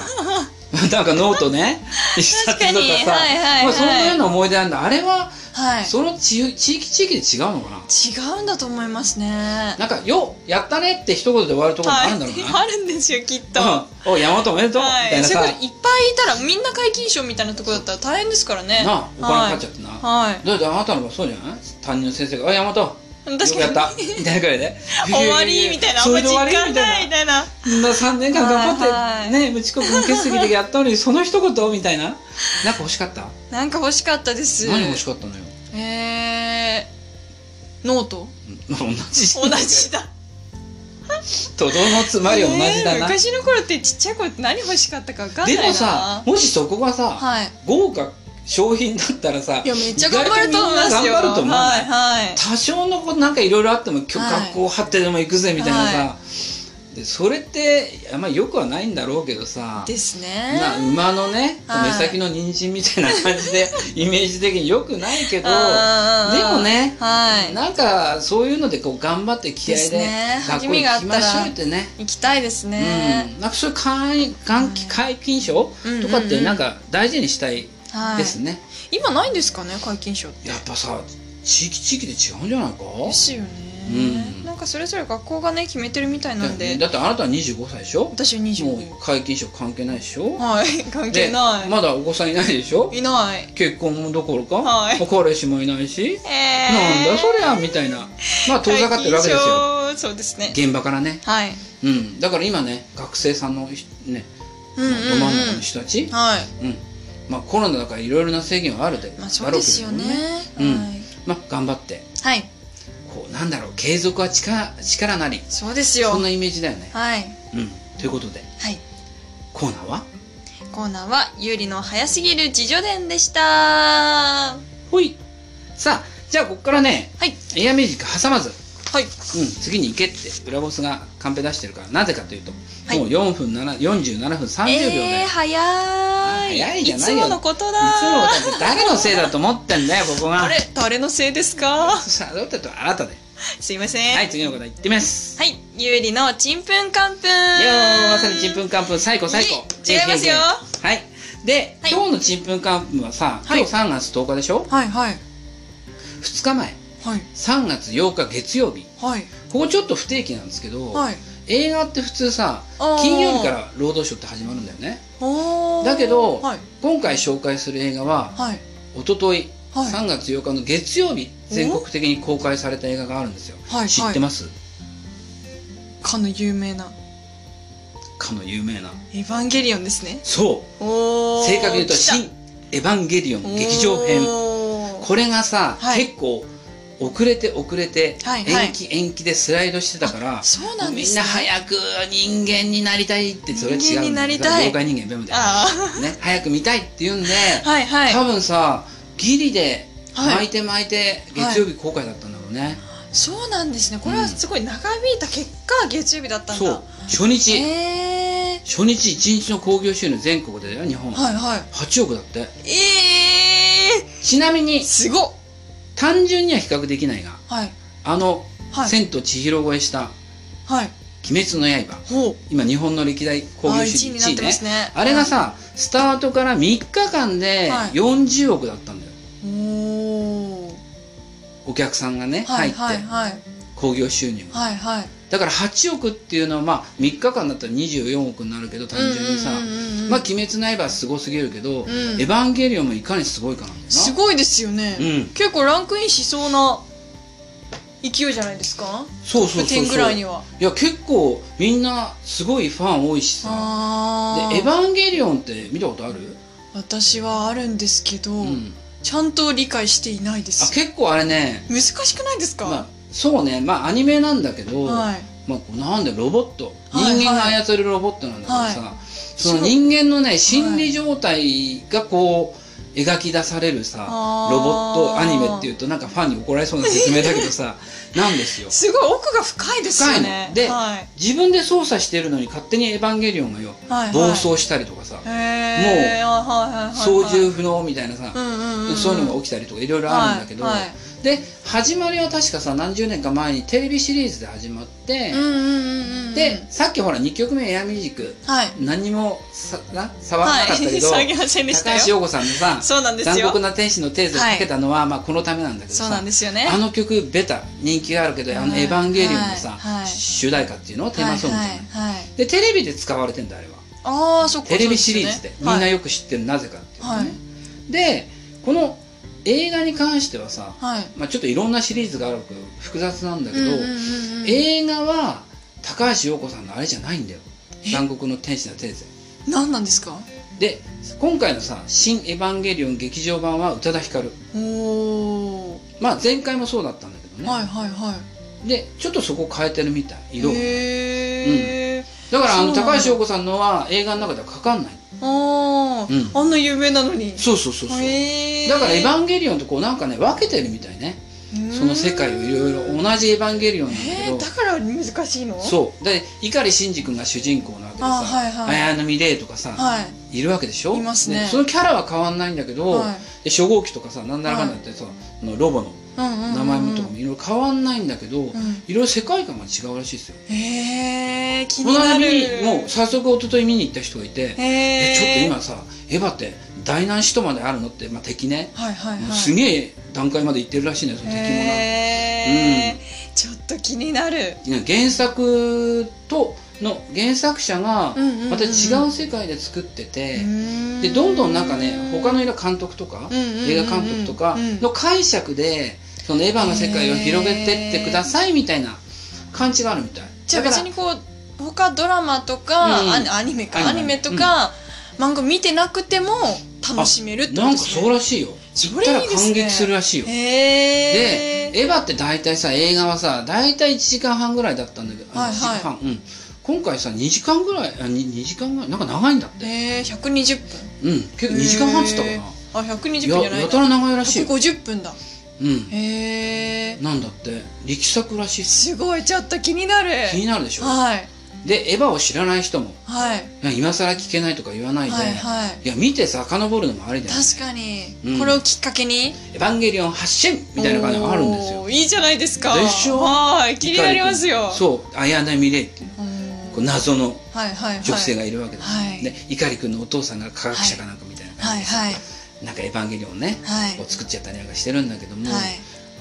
なんかノートね一冊と確かかさにはいはいはいまあ、そんなような思い出なんだあれははいその地地域地域で違うのかな違うんだと思いますねなんか「よっやったね」って一言で終わるところもあるんだろうな、はい、あるんですよきっと、うんお山本おめでとう、はみたいい、なそされこそいっぱいいたらみんな皆勤賞みたいなとこだったら大変ですからねなあお金かかっちゃゃってな、はい、だってあなたの場合そうじゃない担任の先生が「あ山本確よくやったか」みたいなくらいで「に終わりみたいなあそんまれりで実終わり感みたないいなみたいなそんな3年間頑張はっいてはいね無遅刻も欠席でやったのにその一言みたいななんか欲しかったなんか欲しかったです何欲しかったのよえー、ノートまあ同じ 同じだとどのつまり同じだえーな、昔の頃ってちっちゃい頃って何欲しかったか分かんないでなもさもしそこがさ、はい豪華商品だったらさいやめっちゃ頑張ると思いますよ意外とみんな頑張ると思う、はいはい多少のことなんかいろいろあっても今日はい学校張ってでも行くぜみたいなさ、はでそれってあんまりよくはないんだろうけどさですねな馬のねはい目先の人参みたいな感 じでイメージ的によくないけどうんうんうんでもねはいなんかそういうのでこう頑張って気合でですね学校励みがあ行っきたまらしょうってね行きたいですうね、ん、なんかそういう換換気解禁賞とかっうんうんうてんなんか大事にしたいはいですね、今ないんですかね解禁賞ってやっぱさ地域地域で違うんじゃないかですよね、うんなんかそれぞれ学校がね決めてるみたいだなよんねで、だってあなたは25歳でしょ私は25もう解禁賞関係ないでしょはい関係でない、まだお子さんいないでしょいない結婚もどころか、はい彼氏もいないし、えー、なんだそりゃみたいなまあ遠ざかってるわけですよ解禁症そうですね現場からね、はいうん、だから今ね学生さんのひねうんうん、うんど、真ん中の人たち、はいうんまあ、コロナだからいろいろな制限はあるで、まあそうですよねだろううんけれどもねまあ、頑張ってはい、はい、こうなんだろう継続は力力なりそうですよそんはいなイメージだよね、はいうん、ということでコーナーはコーナーはゆうりの早すぎる自叙伝でしたはほいさあじゃあここからねいエアミュージック挟まず、はいうん、次に行けって裏ボスがカンペ出してるからなぜかというと、はいもう4分7 47分30秒で、えー、い早い早いじゃないよいつものことだつもだって誰のせいだと思ってんだよここがあれ誰のせいですかさあどうってとあなたで、すいませんはい次の方行ってみますはい、ゆうりのちんぷんかんぷん。いやーまさにちんぷんかんぷん最高最高いえ違いますよはいで、はい今日のちんぷんかんぷんはさ今はい日3月10日でしょ、はいはい2日前はい3月8日月曜日はいここちょっと不定期なんですけど、はい。映画って普通さあー金曜日から労働省って始まるんだよねおーだけどはい今回紹介する映画ははい一昨日はい3月8日の月曜日お全国的に公開された映画があるんですよ、はい知ってます、かの有名なかの有名なエヴァンゲリオンですね。そおうお。正確に言うと「来た新エヴァンゲリオン劇場編」おーこれがさ、はい結構遅れて遅れて、はいはい延期延期でスライドしてたからそうなんでみす、んね。な早く人間になりたいってそれは違うんだ人間になりたい妖怪人間ベムで、あね、早く見たいって言うんで、あ はいはい。多分さギリではい巻いて巻いて月曜日公開だったんだろうね、そうなんですね。これはすごい長引いた結果月曜日だったんだ。そう初日、えー。初日1日の興行収入全国でだよ日本、はいはい。 8億だってえちなみにー。すごっ。単純には比較できないがはいあのはい「千と千尋」超えしたはい。 「鬼滅の刃ほう。」今日本の歴代興あ行1収位入にな1っ位てねますね。あれがさスタートから3日間ではい40億だったんだよ、おお。お客さんがね、はい入はいってはい興行収入もはいはいだから8億っていうのはまあ3日間だったら24億になるけど単純にさ、うんうんうんうんまあ「鬼滅の刃」すごすぎるけど「んエヴァンゲリオン」もいかにすごいかなんだよなすごいですよね、うん結構ランクインしそうな勢いじゃないですかそうそうそう10ぐそらういにいはや結構みんなすごいファン多いしさ「あでエヴあァンゲリオン」って見たことある、私はあるんですけど、うん、ちゃんと理解していないであす結構あれね難しくないですか、まあそうねまあアニメなんだけど、はいまあ、なんでロボット人はい間が操るロボットなんだけどさ、はその人間のね心理状態がこう描き出されるさ、あーロボットアニメっていうとなんかファンに怒られそうな説明だけ どさなんですよすごい奥が深いですよ深いねのではい自分で操作してるのに勝手に「エヴァンゲリオン」がよ、はいはい暴走したりとかさ、へえもう、はいはいはいはい、操縦不能みたいなさ、うんうんんんそういうのが起きたりとかいろいろあるんだけど、はいはいで始まりは確かさ何十年か前にテレビシリーズで始まって、うんうんうんうんでさっきほら2曲目「エアミュージック」はい何にもさな触らなかはったけい ど、 下げませんでした高橋よ洋子さんのさそうなんです残よ酷な天使のテーゼ」をかけたのは、まあ、このためなんだけどそさうなんですよねあの曲ベタ人気があるけどあの「はいエヴァンゲリオン」のさ、はいはい主題歌っていうのをテーマソングじゃない、はいはいはいでテレビで使われてんだあれはああそっかテレビシリーズでそうすみんよねなよく知ってる、なぜかっていうとね、はいでこの映画に関してはさ、はいはいまあ、ちょっといろんなシリーズがあるから複雑なんだけど、うんうんうんうん映画は高橋洋子さんのあれじゃないんだよ「残酷の天使のテーゼ」何なんですかで今回のさ「新エヴァンゲリオン」劇場版は宇多田ヒカルおお、まあ前回もそうだったんだけどね、はいはいはいでちょっとそこ変えてるみたい色をへえ、だからあそうなのんだ高橋洋子さんのは映画の中ではかかんないあー、うんあんな有名なのにそうそうそうそう、へえだから「エヴァンゲリオン」とこうなんかね分けてるみたいねその世界をいろいろ同じ「エヴァンゲリオン」なんだえー、けどだから難しいのうそうで碇シンジ君が主人公なわけでさあはいはい綾波レイとかさ、はいい、るわけでしょいますねでそのキャラは変わんないんだけど、はで初号機とかさなんならかんだってさ、あのロボのうんうんうんうん名前もとかもいろいろ変わんないんだけど、んいろいろ世界観が違うらしいですよ。へえ気こにのな間見にるもう早速一昨日見に行った人がいて、へええちょっと今さエヴァって大難使徒まであるのって、まあ、敵ね、はいはいはいすげえ段階まで行ってるらしいねその敵もへえ、ちょっと気になるな、ね原作との原作者がうんうんうんうんまた違う世界で作ってて、ででどんどんなんかね他の映画監督とか、うんうんうんうん映画監督とかの解釈でそのエヴァの世界を広げてってくださいみたいな感じがあるみたいじゃあだ別からにこう他ドラマとか、うんアニアニメかアアニメニメとか、漫画見てなくても楽しめるってことなんでかすそうねらしいよそ行っれたらいいですね感激するらしいよへでえ、エヴァって大体さ映画はさ大体1時間半ぐらいだったんだけど、あはいはい1時間半、うん、今回さ2時間ぐらいあ 2, 時間ぐらいなんか長いんだって、えー、120分うん結構2時間半っつったかな、へーあ120分じゃやないやたら長いらしいよ、 150分だうん、へえなんだって力作らしいっすすごいちょっと気になる気になるでしょはいでエヴァを知らない人もはいいや今更聞けないとか言わないで、はいいはいや見て遡るのもありだよ、ね、確かに、うんこれをきっかけにエヴァンゲリオン発信みたいな感じがあるんですよおーいいじゃないですかでしょはい気になりますよそう綾波レイっていううーんこう謎のはいはいはい女性がいるわけです、はいで碇君のお父さんが科学者かなんかみたいな感はじいでさ、はいなんかエヴァンゲリオンね、はいを作っちゃったりなんかしてるんだけども、はい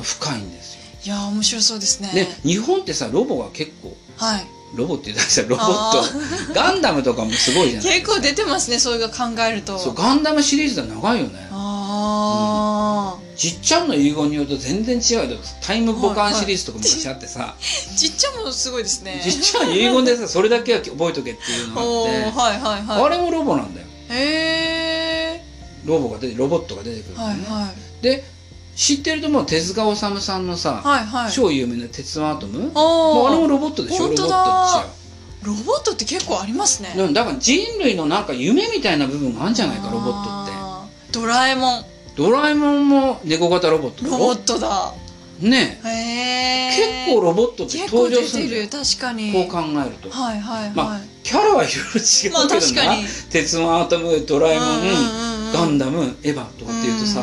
深いんですよ。いやー面白そうですねで日本ってさロボが結構はいロボって言ったらさロボット ガンダムとかもすごいじゃない結構出てますねそういうの考えるとそうガンダムシリーズは長いよねああ、じっちゃんの遺言によると全然違うけどタイムボカンシリーズとか昔あってさ、ちっちゃもすごいですねじっちゃんの遺言でさそれだけは覚えとけっていうのがおおあって、はいはいはいあれもロボなんだよへえロボが出てロボットが出てくるんだはよいね、はいで知ってるともう手塚治虫さんのさ、はいはい超有名な「鉄腕アトム」もうあれもあロボットでしょロボ本当ットっだてーロボットって結構ありますね違ううんだから人類のなんか夢みたいな部分があるんじゃないかロボットってあードラえもんドラえもんも猫型ロボットだロろボットだねへええ結構ロボットって結構登場出するてんだよる確かにこう考えるとはいはいはい、まあキャラはいろいろ違うけどまあな確かに鉄腕アトムドラえもんガンダダムエヴァとかっていうとさ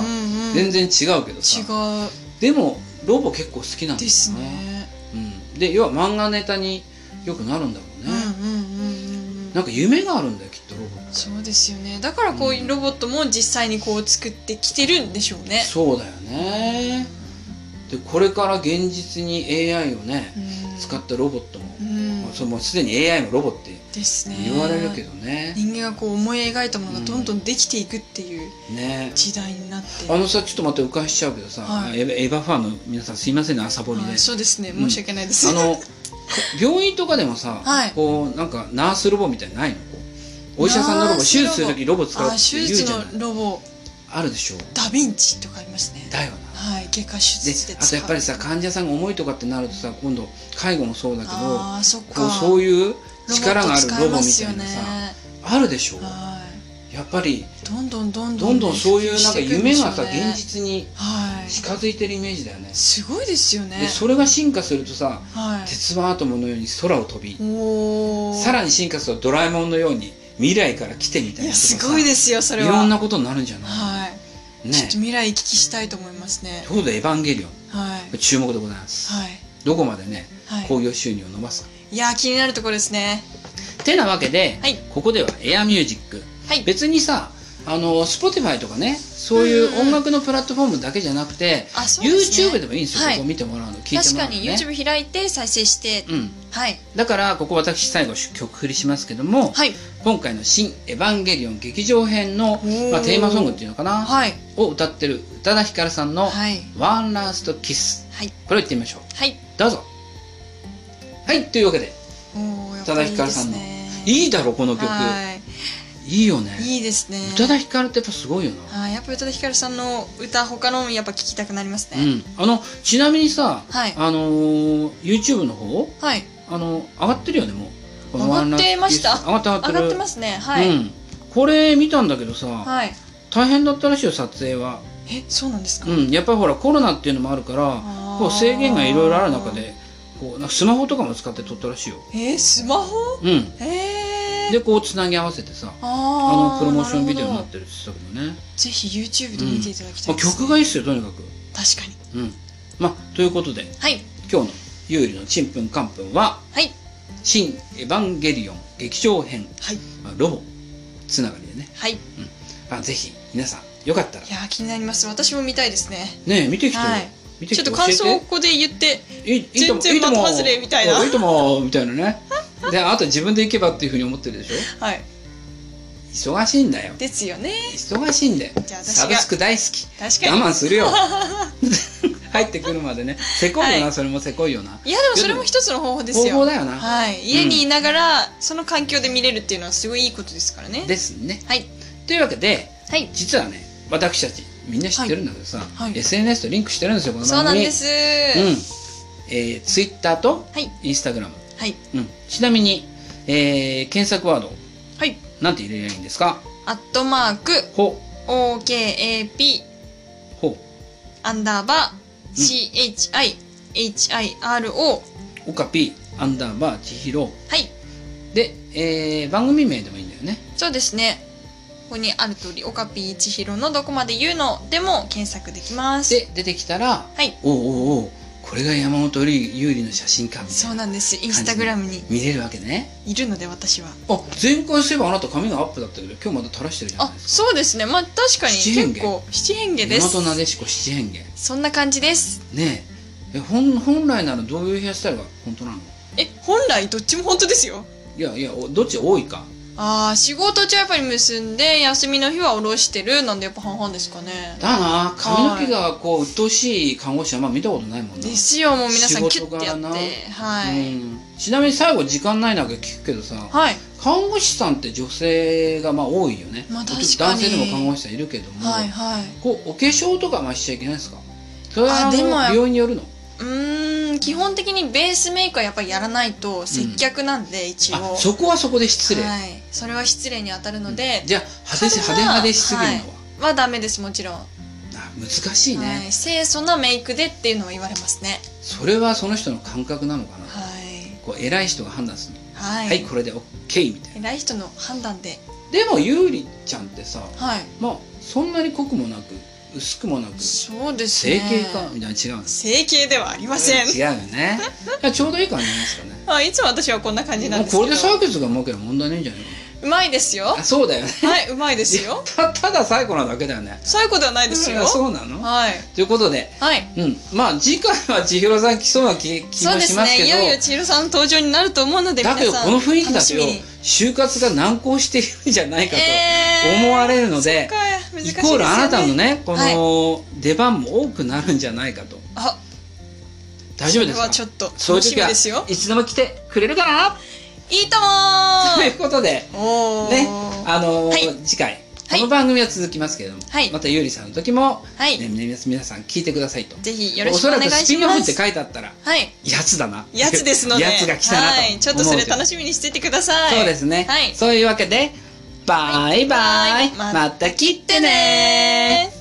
全全然違うけど違さうでもロボ結構好きなんだよなですねうんで要は漫画ネタによくなるんだろううんねうんうんうなんんか夢があるんだよきっとロボってそうですよねだからこういうロボットも実際にこう作ってきてるんでしょうねそうだよねでこれから現実に AI をね、うん使ったロボットも、うんまあ、それもうすでに AI のロボってですね言われるけどね人間がこう思い描いたものがどんどんできていくっていうね時代になって、あのさちょっとまた迂回しちゃうけどさ、はいエヴァエヴァファンの皆さんすいませんね朝掘りで、はいそうですね申し訳ないです、あの病院とかでもさ、はいこうなんかナースロボみたいなのないのこうお医者さんのロボナー手スロボ術する時ロボ使うっあて手言うじ術ゃないのロボあるでしょダヴィンチとかありますねだよなはい外科手で術であとやっぱりさ患者さんが重いとかってなるとさ今度介護もそうだけどあーそっかこうそういロうボット力がある使ロえボまみすたよいなねさあるでしょはやっぱりいどんどんどんどんどんどんそういう普及なんしかていくんで夢しょうがさね現実にはい近づいてるイメージだよねすごいですよねでそれが進化するとさはい鉄腕アトムのように空を飛びおおさらに進化するとドラえもんのように未来から来てみいたいなやとかすさごいですよそれいはろんなことになるんじゃなはいいちょっとね未来行き来したいと思いますねということで「エヴァンゲリオン」はいこれ注目でございます、はいどこまでねはい興行収入を伸ばすか、いやー気になるところですねてなわけで、はいここではエアミュージックはい別にさあの Spotify とかねそういう音楽のプラットフォームだけじゃなくて、あそうですね YouTube でもいいんですよ、はいここ見てもらうの聞いて確もらかうの、にね、 YouTube 開いて再生してうんはいだからここ私最後曲振りしますけども、はい今回の「新エヴァンゲリオン劇場編の」ーまあ、テーマソングっていうのかな、はいを歌ってる宇多田ヒカルさんのはい「ワンラストキスはい」これを言ってみましょうはいどうぞはいというわけでおおやっ宇多田ぱいヒいカでルさすんのねいいだろこの曲いいよねはいいいですね宇多田ヒカルってやっぱすごいよな、はいやっぱ宇多田ヒカルさんの歌他のもやっぱ聞きたくなりますうねん、あのちなみにさ、はいあのー YouTube の方はいあの上がってるよねもうこの上がってました One Last Kiss 上がって、上がってますすねはいうん、これ見たんだけどさ、はい大変だったらしいよ撮影はえそうなんですか、うん、やっぱりほらコロナっていうのもあるからあーこう制限がいろいろある中でこうなんかスマホとかも使って撮ったらしいよ、えー、スマホうん、えー、でこうつなぎ合わせてさああのープロモーションビデオにななるっほどてるって言ってたけどね、ぜひ YouTube で見ていただきたまいあ、です、曲がいいっすよとにか確かにく、うんまあ、ということではい今日の「有利のちんぷんかんぷん」ははい「新エヴァンゲリオン劇場編はい」まあロボつながりでね、はいいまあ、ぜひ皆さんよかったらねやー気になります私も見たいですねえ見てきてよ、はい見てちょきってと教感え想をてここで言っていいいと全も然いとも的外れみたいなそういともみたいなねであと自分で行けばっていうふうに思ってるでしょはい忙しいんだよですよね忙しいんだよじゃあ私がサブスク大好き確かに我慢す るよ入ってくるまでねせこいよな、はそれもせこいよないやでもそれも一つの方法です方よ法だよな、はい家にいながら、その環境で見れるっていうのはすごいいいことですからねですねはいというわけではい実はね私たちみんな知ってるんだけどさ、はいはい SNS とリンクしてるんですよこのそう番なん組です、うんえー、Twitter とはい Instagram、はいうん、ちなみに、えー検索ワードはいなんて入れればいいんですかアットマークほ OKAP ほアンダーバー CHIHIRO はオカピアンダーバー千尋いで、えー番組名でもいいんだよねそうですねここにある通りオカピー千尋のどこまで言うのでも検索できますで出てきたらはいおうおうおうこれが山本優里の写真かみたそいうななんですインスタグラムに見れるわけねいるので私はあ前回そういえばあなた髪がアップだったけど今日また垂らしてるじゃなあいですかそうですねまあ確かに七変化結構七変化で山す本なでしこ七変化そんな感じですねええ本本来ならどういうヘアスタイルが本当なのえ本来どっちも本当ですよいやいやおどっち多いかああ仕事中はやっぱり結んで休みの日は下ろしてるなんでやっぱ半々ですかねだな髪の毛がこう鬱陶しい看護師はまあ見たことないもんなですよもう皆さんキ仕ュ事ッ柄てやっなてはい、うんちなみに最後時間ない中聞くけどさ、はい看護師さんって女性がまあ多いよね、まあ確かに男性でも看護師さんいるけども、はいはいこうお化粧とかまあしちゃいけないですかそれはああでもの病院によるのうーん基本的にベースメイクはやっぱりやらないと接客なんで、一応あそこはそこで失礼、はい、それは失礼に当たるので、じゃあ派手し派手派手しすぎるのは、はダメですもちろん、はあ難しいね、い、清楚なメイクでっていうのは言われますねそれはその人の感覚なのかな、はいこう偉い人が判断するのは、はいい、これで OK みたい偉い人の判断でなでもゆうりちゃんってさはいまあそんなに濃くもなく薄くもなくそうです整ね形かみたいな違うんです整形ではありません、違うよねいやちょうどいい感じじゃないですかねあいつも私はこんな感じなんですけどもうこれで採決がうまければ問題ないんじゃないかうまいですよあそうだよねはいうまいですよたただ最後なだけだよね最後ではないですよあそうなのはいということではいうんまあ次回は千尋さん来そうな気気そうもでしすますけねどいよいよ千尋さんの登場になると思うのでだ皆けどさんこの雰囲気だ楽しみとに就活が難航しているんじゃないかとえー思われるのでそっか難しいですよねイコールあなたのねこの出番も多くなるんじゃないかとあ大丈こ夫でれすはかちょっとそうい楽うし時みはですよいつでも来てくれるかいいともな というーことでおーねあのーはい次回はこいの番組は続きますけれども、はいまたゆりさんの時も、はいねね皆さん聞いてくださいとぜひよろしおくそおら願いくスピしンオまフってす書いてあったらはいやつだなやつですのでやつが来たなと思う、はいちょっとそれ楽しみにしててくださいそうですね、はいそういうわけでバイバイ、はいまた来てねねー